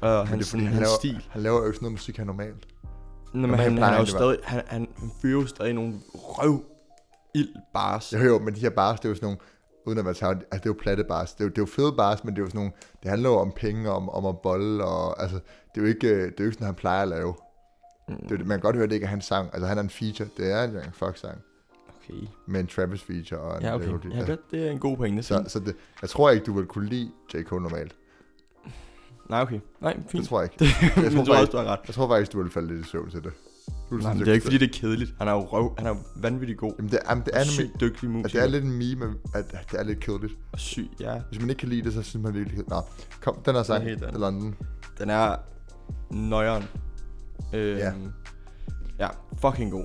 [SPEAKER 3] Men det
[SPEAKER 2] hans, sådan,
[SPEAKER 3] er fordi,
[SPEAKER 2] hans
[SPEAKER 3] laver,
[SPEAKER 2] stil.
[SPEAKER 3] han laver jo ikke sådan noget musik, han normalt.
[SPEAKER 2] Nå, men
[SPEAKER 3] normalt
[SPEAKER 2] han,
[SPEAKER 3] plejer
[SPEAKER 2] han, er jo
[SPEAKER 3] han det bare.
[SPEAKER 2] stadig, han, han, han fyrer jo stadig nogle røv ild bars.
[SPEAKER 3] Jeg hører jo, men de her bars, det er jo sådan nogle, uden at være tavlig, altså det er jo platte bars. Det er jo, det er jo fede bars, men det er jo sådan nogle, det handler jo om penge, om, om at bolle, og altså, det er jo ikke, øh, det er jo ikke sådan, han plejer at lave. Mm. Det, er jo det- man kan godt høre, det ikke er hans sang. Altså, han er en feature. Det er en Young Fox sang.
[SPEAKER 2] Okay.
[SPEAKER 3] med en Travis feature og en
[SPEAKER 2] Ja, okay.
[SPEAKER 3] melodi.
[SPEAKER 2] Ja,
[SPEAKER 3] Altså,
[SPEAKER 2] det, det er en god pointe.
[SPEAKER 3] så,
[SPEAKER 2] Så...
[SPEAKER 3] så det, jeg tror ikke, du vil kunne lide J. Cole normalt.
[SPEAKER 2] Nej, okay. Nej, fint.
[SPEAKER 3] Det tror jeg ikke.
[SPEAKER 2] jeg,
[SPEAKER 3] jeg
[SPEAKER 2] tror Men du
[SPEAKER 3] tror
[SPEAKER 2] har
[SPEAKER 3] bare-
[SPEAKER 2] også, du har ret.
[SPEAKER 3] Jeg tror faktisk, du vil falde lidt i søvn til det. Du vil
[SPEAKER 2] Nej,
[SPEAKER 3] synes,
[SPEAKER 2] men det er ikke, fordi det er kedeligt. Han er jo røv. Han er jo vanvittigt god.
[SPEAKER 3] Jamen, det, jamen, det er,
[SPEAKER 2] og
[SPEAKER 3] nemlig-
[SPEAKER 2] sygt dygtig
[SPEAKER 3] at
[SPEAKER 2] musiker.
[SPEAKER 3] det er lidt en meme, at, at det er lidt kedeligt.
[SPEAKER 2] Og syg, ja.
[SPEAKER 3] Hvis man ikke kan lide det, så synes man virkelig... Nå, kom, den her sang,
[SPEAKER 2] helt
[SPEAKER 3] The
[SPEAKER 2] anden.
[SPEAKER 3] London.
[SPEAKER 2] Den er nøjeren. Øhm,
[SPEAKER 3] Ja.
[SPEAKER 2] ja. Ja, fucking god.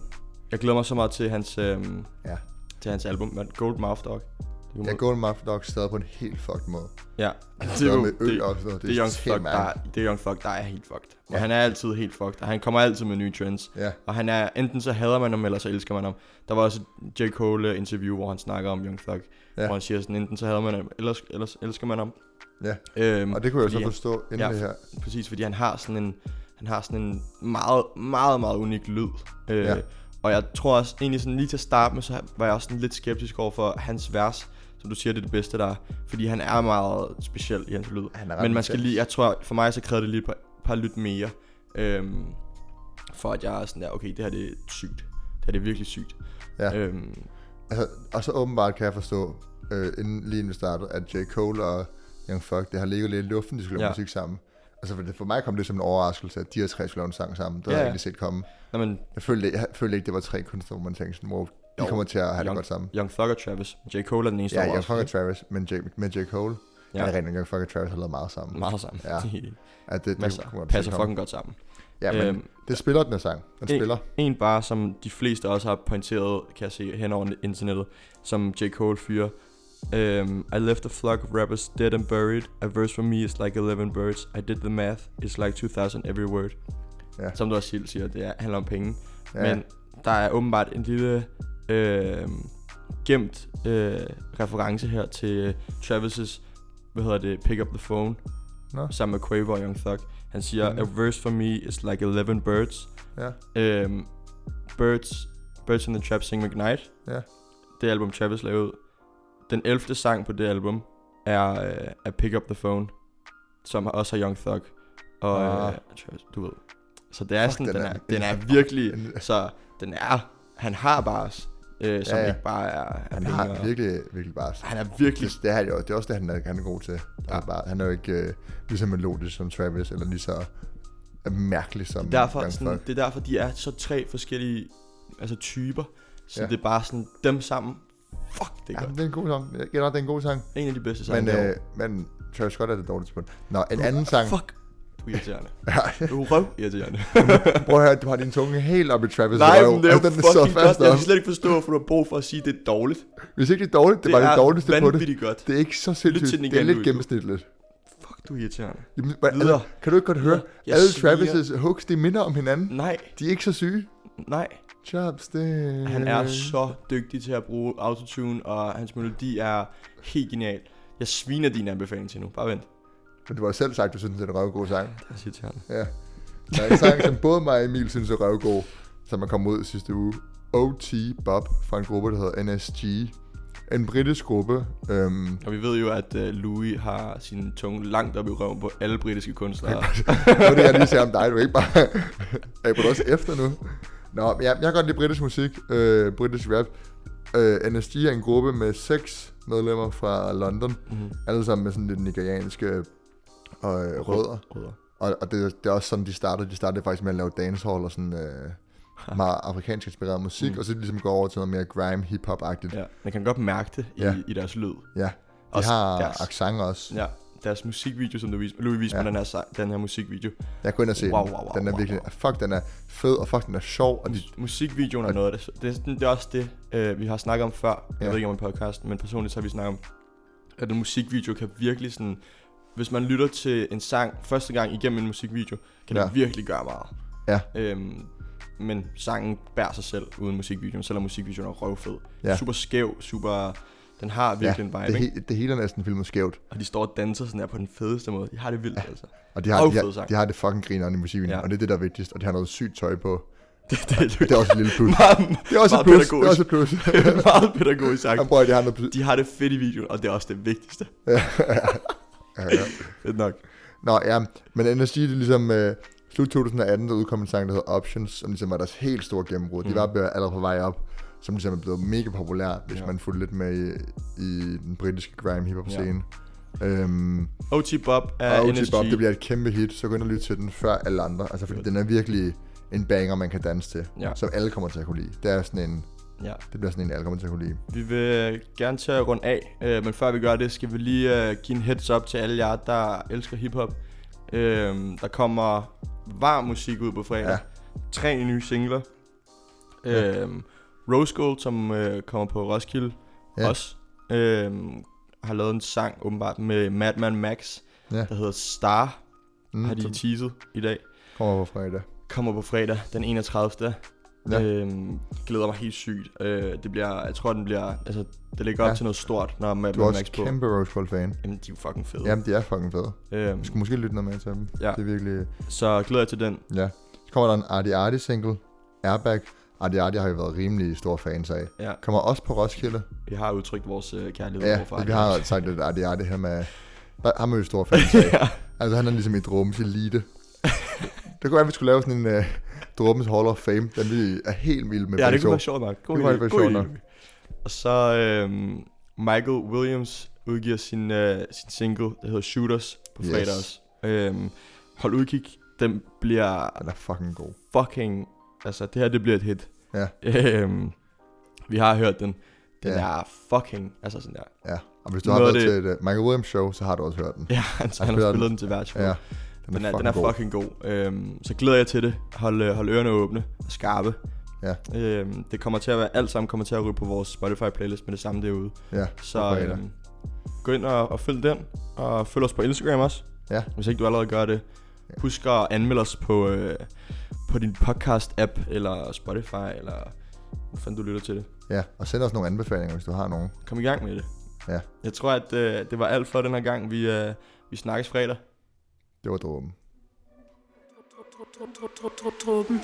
[SPEAKER 2] Jeg glæder mig så meget til hans, øhm,
[SPEAKER 3] Ja.
[SPEAKER 2] til hans album, man. Gold Mouth Dog. Det kommer
[SPEAKER 3] Jeg
[SPEAKER 2] ud.
[SPEAKER 3] går med Muffy Dog stadig på en helt fucked måde.
[SPEAKER 2] ja.
[SPEAKER 3] Det er jo med øl og sådan noget.
[SPEAKER 2] det er Young
[SPEAKER 3] helt
[SPEAKER 2] Fuck, der,
[SPEAKER 3] mærkeligt.
[SPEAKER 2] er- det er Young Fuck, der er helt fucked. Og
[SPEAKER 3] Ja.
[SPEAKER 2] han er altid helt fucked, og han kommer altid med nye trends.
[SPEAKER 3] Ja,
[SPEAKER 2] Og han er, enten så hader man ham, eller så elsker man ham. Der var også et J. Cole øh, interview, hvor han snakker om Young Thug.
[SPEAKER 3] Ja.
[SPEAKER 2] Ja. Hvor han siger sådan, enten så hader man ham, eller, eller elsker man ham.
[SPEAKER 3] Ja.
[SPEAKER 2] Øhm,
[SPEAKER 3] og det kunne jeg så
[SPEAKER 2] fordi-
[SPEAKER 3] forstå inden
[SPEAKER 2] Ja.
[SPEAKER 3] det her.
[SPEAKER 2] Præcis, fordi han har sådan en, han har sådan en meget, meget, meget unik lyd. Øh,
[SPEAKER 3] Ja.
[SPEAKER 2] ja. Og jeg tror også, egentlig sådan lige til at starte med, så var jeg også sådan lidt skeptisk over for hans vers, som du siger, det er det bedste der er. Fordi han er meget speciel i hans lyd.
[SPEAKER 3] Han er ret
[SPEAKER 2] Men man skal
[SPEAKER 3] speciel.
[SPEAKER 2] lige, jeg tror, for mig så krævede det lige et par, par lyt mere. Øhm, for at jeg er sådan der, okay, det her det er sygt. Det her det er virkelig sygt.
[SPEAKER 3] Ja.
[SPEAKER 2] Øhm,
[SPEAKER 3] Altså, og så åbenbart kan jeg forstå, øh, inden, lige inden vi startede, at J. Cole og Young Fuck, det har ligget lidt i luften, de skulle lave
[SPEAKER 2] Ja.
[SPEAKER 3] musik sammen. Altså, for, det, for mig kom det som en overraskelse, at de her tre skulle lave en sang sammen. Det havde
[SPEAKER 2] Ja,
[SPEAKER 3] jeg
[SPEAKER 2] ja.
[SPEAKER 3] ikke lige set komme.
[SPEAKER 2] når man
[SPEAKER 3] Jeg følte, jeg følte ikke, det var tre kunstnere, hvor man tænkte sådan, wow, de
[SPEAKER 2] Jo,
[SPEAKER 3] kommer til at have det
[SPEAKER 2] Young-
[SPEAKER 3] godt sammen.
[SPEAKER 2] Young Thug og Travis, J. Cole er den eneste
[SPEAKER 3] Ja,
[SPEAKER 2] overraskelse,
[SPEAKER 3] Young Fuck og
[SPEAKER 2] ikke?
[SPEAKER 3] Travis, men J, med J. Cole, ja.
[SPEAKER 2] Ja.
[SPEAKER 3] er rent Young Fuck og Travis har lavet meget sammen.
[SPEAKER 2] meget sammen.
[SPEAKER 3] Ja.
[SPEAKER 2] Ja.
[SPEAKER 3] At det, det kunne
[SPEAKER 2] Masser.
[SPEAKER 3] godt
[SPEAKER 2] Passer
[SPEAKER 3] se komme.
[SPEAKER 2] fucking godt sammen.
[SPEAKER 3] Ja, men øhm,
[SPEAKER 2] Øhm,
[SPEAKER 3] det spiller den her sang. Den
[SPEAKER 2] en-
[SPEAKER 3] spiller.
[SPEAKER 2] En bare, som de fleste også har pointeret, kan jeg se hen over internettet, som J. Cole fyrer. Um, I left a flock of rappers dead and buried. A verse from me is like 11 birds. I did the math. It's like 2000 every word.
[SPEAKER 3] Ja.
[SPEAKER 2] Som du også selv siger, det er, handler om penge.
[SPEAKER 3] Ja.
[SPEAKER 2] Ja. Men der er åbenbart en lille øh, gemt øh, reference her til Travis' hvad hedder det, Pick Up The Phone,
[SPEAKER 3] Nå.
[SPEAKER 2] sammen med Quavo og Young Thug. Han siger,
[SPEAKER 3] Mhm.
[SPEAKER 2] a verse for me is like 11 birds.
[SPEAKER 3] Ja.
[SPEAKER 2] Øhm, Birds, Birds in the Trap Sing McKnight.
[SPEAKER 3] Ja.
[SPEAKER 2] Det album Travis lavede. Den 11. sang på det album er, øh, er Pick Up The Phone, som også har Young Thug. Og
[SPEAKER 3] Ah.
[SPEAKER 2] øh, Travis, du ved. Så det er
[SPEAKER 3] Fuck,
[SPEAKER 2] sådan,
[SPEAKER 3] den
[SPEAKER 2] den,
[SPEAKER 3] er-
[SPEAKER 2] er, den er
[SPEAKER 3] den er-
[SPEAKER 2] virkelig,
[SPEAKER 3] den-
[SPEAKER 2] så den er, han har bars, øh, som ja,
[SPEAKER 3] Ja, ja.
[SPEAKER 2] ja. ikke bare er, er
[SPEAKER 3] Han
[SPEAKER 2] penge
[SPEAKER 3] har
[SPEAKER 2] og-
[SPEAKER 3] virkelig, virkelig bare...
[SPEAKER 2] han er virkelig,
[SPEAKER 3] Det, det, er han jo, det er også det, han er, han er god til. Ja.
[SPEAKER 2] Ja.
[SPEAKER 3] Er bare, han er jo ikke øh, lige så melodisk som Travis, eller lige så mærkelig som
[SPEAKER 2] derfor,
[SPEAKER 3] Young
[SPEAKER 2] sådan,
[SPEAKER 3] Thug.
[SPEAKER 2] det er derfor, de er så tre forskellige altså, typer, så
[SPEAKER 3] Ja.
[SPEAKER 2] ja. det er bare sådan, dem sammen, fuck, det er
[SPEAKER 3] Ja,
[SPEAKER 2] godt.
[SPEAKER 3] det er en god sang. Jeg gælder, det er en god sang.
[SPEAKER 2] En af de bedste sange
[SPEAKER 3] Men,
[SPEAKER 2] derovre.
[SPEAKER 3] øh, men Travis Scott er det dårligt på. Nå, en anden sang.
[SPEAKER 2] Fuck, du er irriterende. Du er røv irriterende.
[SPEAKER 3] Prøv at høre, du har din tunge helt op i Travis'
[SPEAKER 2] Nej,
[SPEAKER 3] røv.
[SPEAKER 2] men det er
[SPEAKER 3] Altså,
[SPEAKER 2] jo
[SPEAKER 3] den så
[SPEAKER 2] fucking godt.
[SPEAKER 3] fast
[SPEAKER 2] Jeg
[SPEAKER 3] op.
[SPEAKER 2] kan slet ikke forstå, hvorfor du har brug for at sige, at det er dårligt. Det,
[SPEAKER 3] Hvis ikke det er dårligt, det, det var det dårligste
[SPEAKER 2] er
[SPEAKER 3] på det.
[SPEAKER 2] vanvittigt godt.
[SPEAKER 3] Det er ikke så sindssygt.
[SPEAKER 2] til den
[SPEAKER 3] det er
[SPEAKER 2] igen,
[SPEAKER 3] lidt
[SPEAKER 2] Louis.
[SPEAKER 3] gennemsnitligt.
[SPEAKER 2] Fuck, du er irriterende.
[SPEAKER 3] Jamen, hvad- Altså,
[SPEAKER 2] Videre.
[SPEAKER 3] kan du ikke godt høre?
[SPEAKER 2] Jeg
[SPEAKER 3] Alle
[SPEAKER 2] sviger.
[SPEAKER 3] Travis' hooks, de minder om hinanden.
[SPEAKER 2] Nej,
[SPEAKER 3] De er ikke så syge.
[SPEAKER 2] nej.
[SPEAKER 3] Chopstick.
[SPEAKER 2] Han er så dygtig til at bruge autotune, og hans melodi er helt genial. Jeg sviner din anbefaling til nu. Bare vent.
[SPEAKER 3] Men du har selv sagt, du synes, det er en røvgod sang.
[SPEAKER 2] Det er irriterende.
[SPEAKER 3] Ja. Der er en sang, som både mig og Emil synes er røvgod, som er kommet ud sidste uge. O.T. Bob fra en gruppe, der hedder NSG. En britisk gruppe. Øhm,
[SPEAKER 2] Og vi ved jo, at uh, Louis har sin tunge langt op i røven på alle britiske kunstnere.
[SPEAKER 3] nu er det, jeg lige siger om dig, du er ikke bare... er du også efter nu? Nå, men ja, jeg kan godt lide britisk musik, øh, britisk rap. Øh, NSG er en gruppe med seks medlemmer fra London,
[SPEAKER 2] Mhm.
[SPEAKER 3] alle sammen med sådan lidt nigerianske øh, rødder.
[SPEAKER 2] Rødder.
[SPEAKER 3] Og, og det, det er også sådan, de startede. De startede faktisk med at lave dancehall og sådan øh, meget afrikansk inspireret musik, mm.
[SPEAKER 2] Mm.
[SPEAKER 3] og så ligesom går over til noget mere grime, hip-hop-agtigt. Ja.
[SPEAKER 2] Ja, man kan godt mærke det i,
[SPEAKER 3] Ja.
[SPEAKER 2] i deres lyd.
[SPEAKER 3] ja. De
[SPEAKER 2] Også
[SPEAKER 3] har
[SPEAKER 2] deres-
[SPEAKER 3] accent også. Ja.
[SPEAKER 2] Ja, deres musikvideo, som du viste, Louis viste
[SPEAKER 3] Ja.
[SPEAKER 2] ja. mig den her, sang- den her musikvideo.
[SPEAKER 3] Jeg kunne ind og se
[SPEAKER 2] Wow,
[SPEAKER 3] den.
[SPEAKER 2] wow, wow,
[SPEAKER 3] den er
[SPEAKER 2] wow,
[SPEAKER 3] virkelig,
[SPEAKER 2] wow.
[SPEAKER 3] fuck, den er fed, og fuck, den er sjov, og de,
[SPEAKER 2] Musikvideoen er noget af det. Det er, sådan- det er også det, øh, vi har snakket om før. Jeg
[SPEAKER 3] Ja.
[SPEAKER 2] ved ikke om i podcasten, men personligt så har vi snakket om, at en musikvideo kan virkelig sådan... Hvis man lytter til en sang første gang igennem en musikvideo, kan
[SPEAKER 3] Ja.
[SPEAKER 2] det virkelig gøre meget.
[SPEAKER 3] Ja.
[SPEAKER 2] Øhm, men sangen bærer sig selv uden musikvideoen, selvom musikvideoen er røvfed.
[SPEAKER 3] Ja.
[SPEAKER 2] Ja. Super skæv, super... Den har
[SPEAKER 3] ja,
[SPEAKER 2] virkelig ja, en
[SPEAKER 3] det,
[SPEAKER 2] vibe, ikke?
[SPEAKER 3] he, det hele er næsten filmet skævt.
[SPEAKER 2] Og de står og danser sådan her på den fedeste måde. De har det vildt, ja. altså.
[SPEAKER 3] Og de har, de
[SPEAKER 2] Røvfed
[SPEAKER 3] har,
[SPEAKER 2] sang.
[SPEAKER 3] de har det fucking grineren i musikken, ja.
[SPEAKER 2] Ja.
[SPEAKER 3] og det er det, der er vigtigst, og de har noget sygt tøj på.
[SPEAKER 2] Det, det, det,
[SPEAKER 3] Det er også et lille plus.
[SPEAKER 2] meget,
[SPEAKER 3] Det er også et
[SPEAKER 2] meget
[SPEAKER 3] plus, det er også
[SPEAKER 2] pædagogisk.
[SPEAKER 3] et plus.
[SPEAKER 2] meget pædagogisk sagt.
[SPEAKER 3] Jeg prøver, at de har noget plus.
[SPEAKER 2] De har det fedt i videoen, og det er også det vigtigste.
[SPEAKER 3] Ja, ja.
[SPEAKER 2] Fedt nok.
[SPEAKER 3] Nå, ja, men NSG, det er ligesom... Øh, slut 2018, der udkom en sang, der hedder Options, som ligesom var deres helt store gennembrud. Mm. De var bare allerede på vej op. som ligesom er blevet mega populær, hvis
[SPEAKER 2] Ja.
[SPEAKER 3] ja. man fulgte lidt med i, i den britiske grime hiphop scene. Ja. Øhm,
[SPEAKER 2] OT Bob er
[SPEAKER 3] og OG
[SPEAKER 2] NSG.
[SPEAKER 3] Bob, det bliver et kæmpe hit, så gå ind og lyt til den før alle andre. Altså, fordi
[SPEAKER 2] Godt.
[SPEAKER 3] den er virkelig en banger, man kan danse til,
[SPEAKER 2] Ja.
[SPEAKER 3] ja. som alle kommer til at kunne lide. Det, er sådan en,
[SPEAKER 2] Ja.
[SPEAKER 3] det bliver sådan en, alle kommer til at kunne lide.
[SPEAKER 2] Vi vil øh, gerne til at runde af, øh, men før vi gør det, skal vi lige øh, give en heads up til alle jer, der elsker hiphop. Øh, der kommer varm musik ud på fredag. Ja.
[SPEAKER 3] Ja.
[SPEAKER 2] Tre nye singler. Ja. Øh, Rose Gold, som øh, kommer på Roskilde ja.
[SPEAKER 3] Ja.
[SPEAKER 2] også, øh, har lavet en sang åbenbart med Madman Max, ja.
[SPEAKER 3] Ja.
[SPEAKER 2] der hedder Star, mm, har de
[SPEAKER 3] som
[SPEAKER 2] teaset i dag.
[SPEAKER 3] kommer på fredag.
[SPEAKER 2] Kommer på fredag den 31. Ja.
[SPEAKER 3] Ja.
[SPEAKER 2] Øhm, glæder mig helt sygt. Øh, det bliver, jeg tror, den bliver, altså, det ligger op ja.
[SPEAKER 3] Ja.
[SPEAKER 2] til noget stort, når man
[SPEAKER 3] Du er
[SPEAKER 2] er
[SPEAKER 3] også
[SPEAKER 2] Max på.
[SPEAKER 3] kæmpe Rose Gold fan.
[SPEAKER 2] Jamen, de er jo fucking fede.
[SPEAKER 3] Jamen, de er fucking fede.
[SPEAKER 2] Øhm,
[SPEAKER 3] Vi skal måske lytte noget mere til dem.
[SPEAKER 2] Ja.
[SPEAKER 3] Det er virkelig...
[SPEAKER 2] så glæder jeg til den.
[SPEAKER 3] Ja. Så kommer der en Arti Arti single, Airbag. Arti Arti har vi været rimelig store fans af.
[SPEAKER 2] Ja,
[SPEAKER 3] Kommer også på Roskilde.
[SPEAKER 2] vi har udtrykt vores øh, kærlighed
[SPEAKER 3] Ja,
[SPEAKER 2] overfor
[SPEAKER 3] vi
[SPEAKER 2] Artie.
[SPEAKER 3] har sagt lidt Arti Arti her med... Der- Ham er vi store fans af.
[SPEAKER 2] ja.
[SPEAKER 3] Altså, han er ligesom i Drummes elite. det kunne være, at vi skulle lave sådan en uh, Drummes Hall of Fame, den vi er helt vilde med.
[SPEAKER 2] ja,
[SPEAKER 3] begge
[SPEAKER 2] det kunne
[SPEAKER 3] to.
[SPEAKER 2] være sjovt nok. God
[SPEAKER 3] Det kunne
[SPEAKER 2] idé,
[SPEAKER 3] være
[SPEAKER 2] god
[SPEAKER 3] sjovt
[SPEAKER 2] idé.
[SPEAKER 3] nok.
[SPEAKER 2] Og så øhm, Michael Williams udgiver sin, øh, sin single, der hedder Shooters, på
[SPEAKER 3] Yes.
[SPEAKER 2] fredag også. Øhm, hold udkig, den bliver
[SPEAKER 3] Han er fucking god.
[SPEAKER 2] fucking... Altså, det her, det bliver et hit.
[SPEAKER 3] Ja.
[SPEAKER 2] Øhm, vi har hørt den. Den
[SPEAKER 3] Ja.
[SPEAKER 2] er fucking... Altså sådan der.
[SPEAKER 3] Ja. Og hvis du
[SPEAKER 2] Noget
[SPEAKER 3] har
[SPEAKER 2] af
[SPEAKER 3] været
[SPEAKER 2] det-
[SPEAKER 3] til et uh, Michael Williams show, så har du også hørt den.
[SPEAKER 2] Ja, han, han har
[SPEAKER 3] spiller
[SPEAKER 2] spillet
[SPEAKER 3] den.
[SPEAKER 2] den til hvert show.
[SPEAKER 3] Ja.
[SPEAKER 2] Den er, den er fucking god. Øhm, så glæder jeg til det. Hold, øh, hold ørerne åbne og skarpe.
[SPEAKER 3] Ja.
[SPEAKER 2] Øhm, det kommer til at være, alt sammen kommer til at ryge på vores Spotify playlist med det samme derude.
[SPEAKER 3] Ja, på
[SPEAKER 2] Så
[SPEAKER 3] fredag.
[SPEAKER 2] øhm, gå ind og, og følg den. Og følg os på Instagram også.
[SPEAKER 3] Ja.
[SPEAKER 2] Hvis ikke du allerede gør det.
[SPEAKER 3] Ja.
[SPEAKER 2] Husk at anmelde os på, øh, på din podcast-app, eller Spotify, eller hvor fanden du lytter til det.
[SPEAKER 3] Ja, og send os nogle anbefalinger, hvis du har nogen.
[SPEAKER 2] Kom i gang med det.
[SPEAKER 3] Ja.
[SPEAKER 2] Jeg tror, at øh, det var alt for den her gang. Vi, øh, vi snakkes fredag.
[SPEAKER 3] Det var dråben.
[SPEAKER 1] Dråben.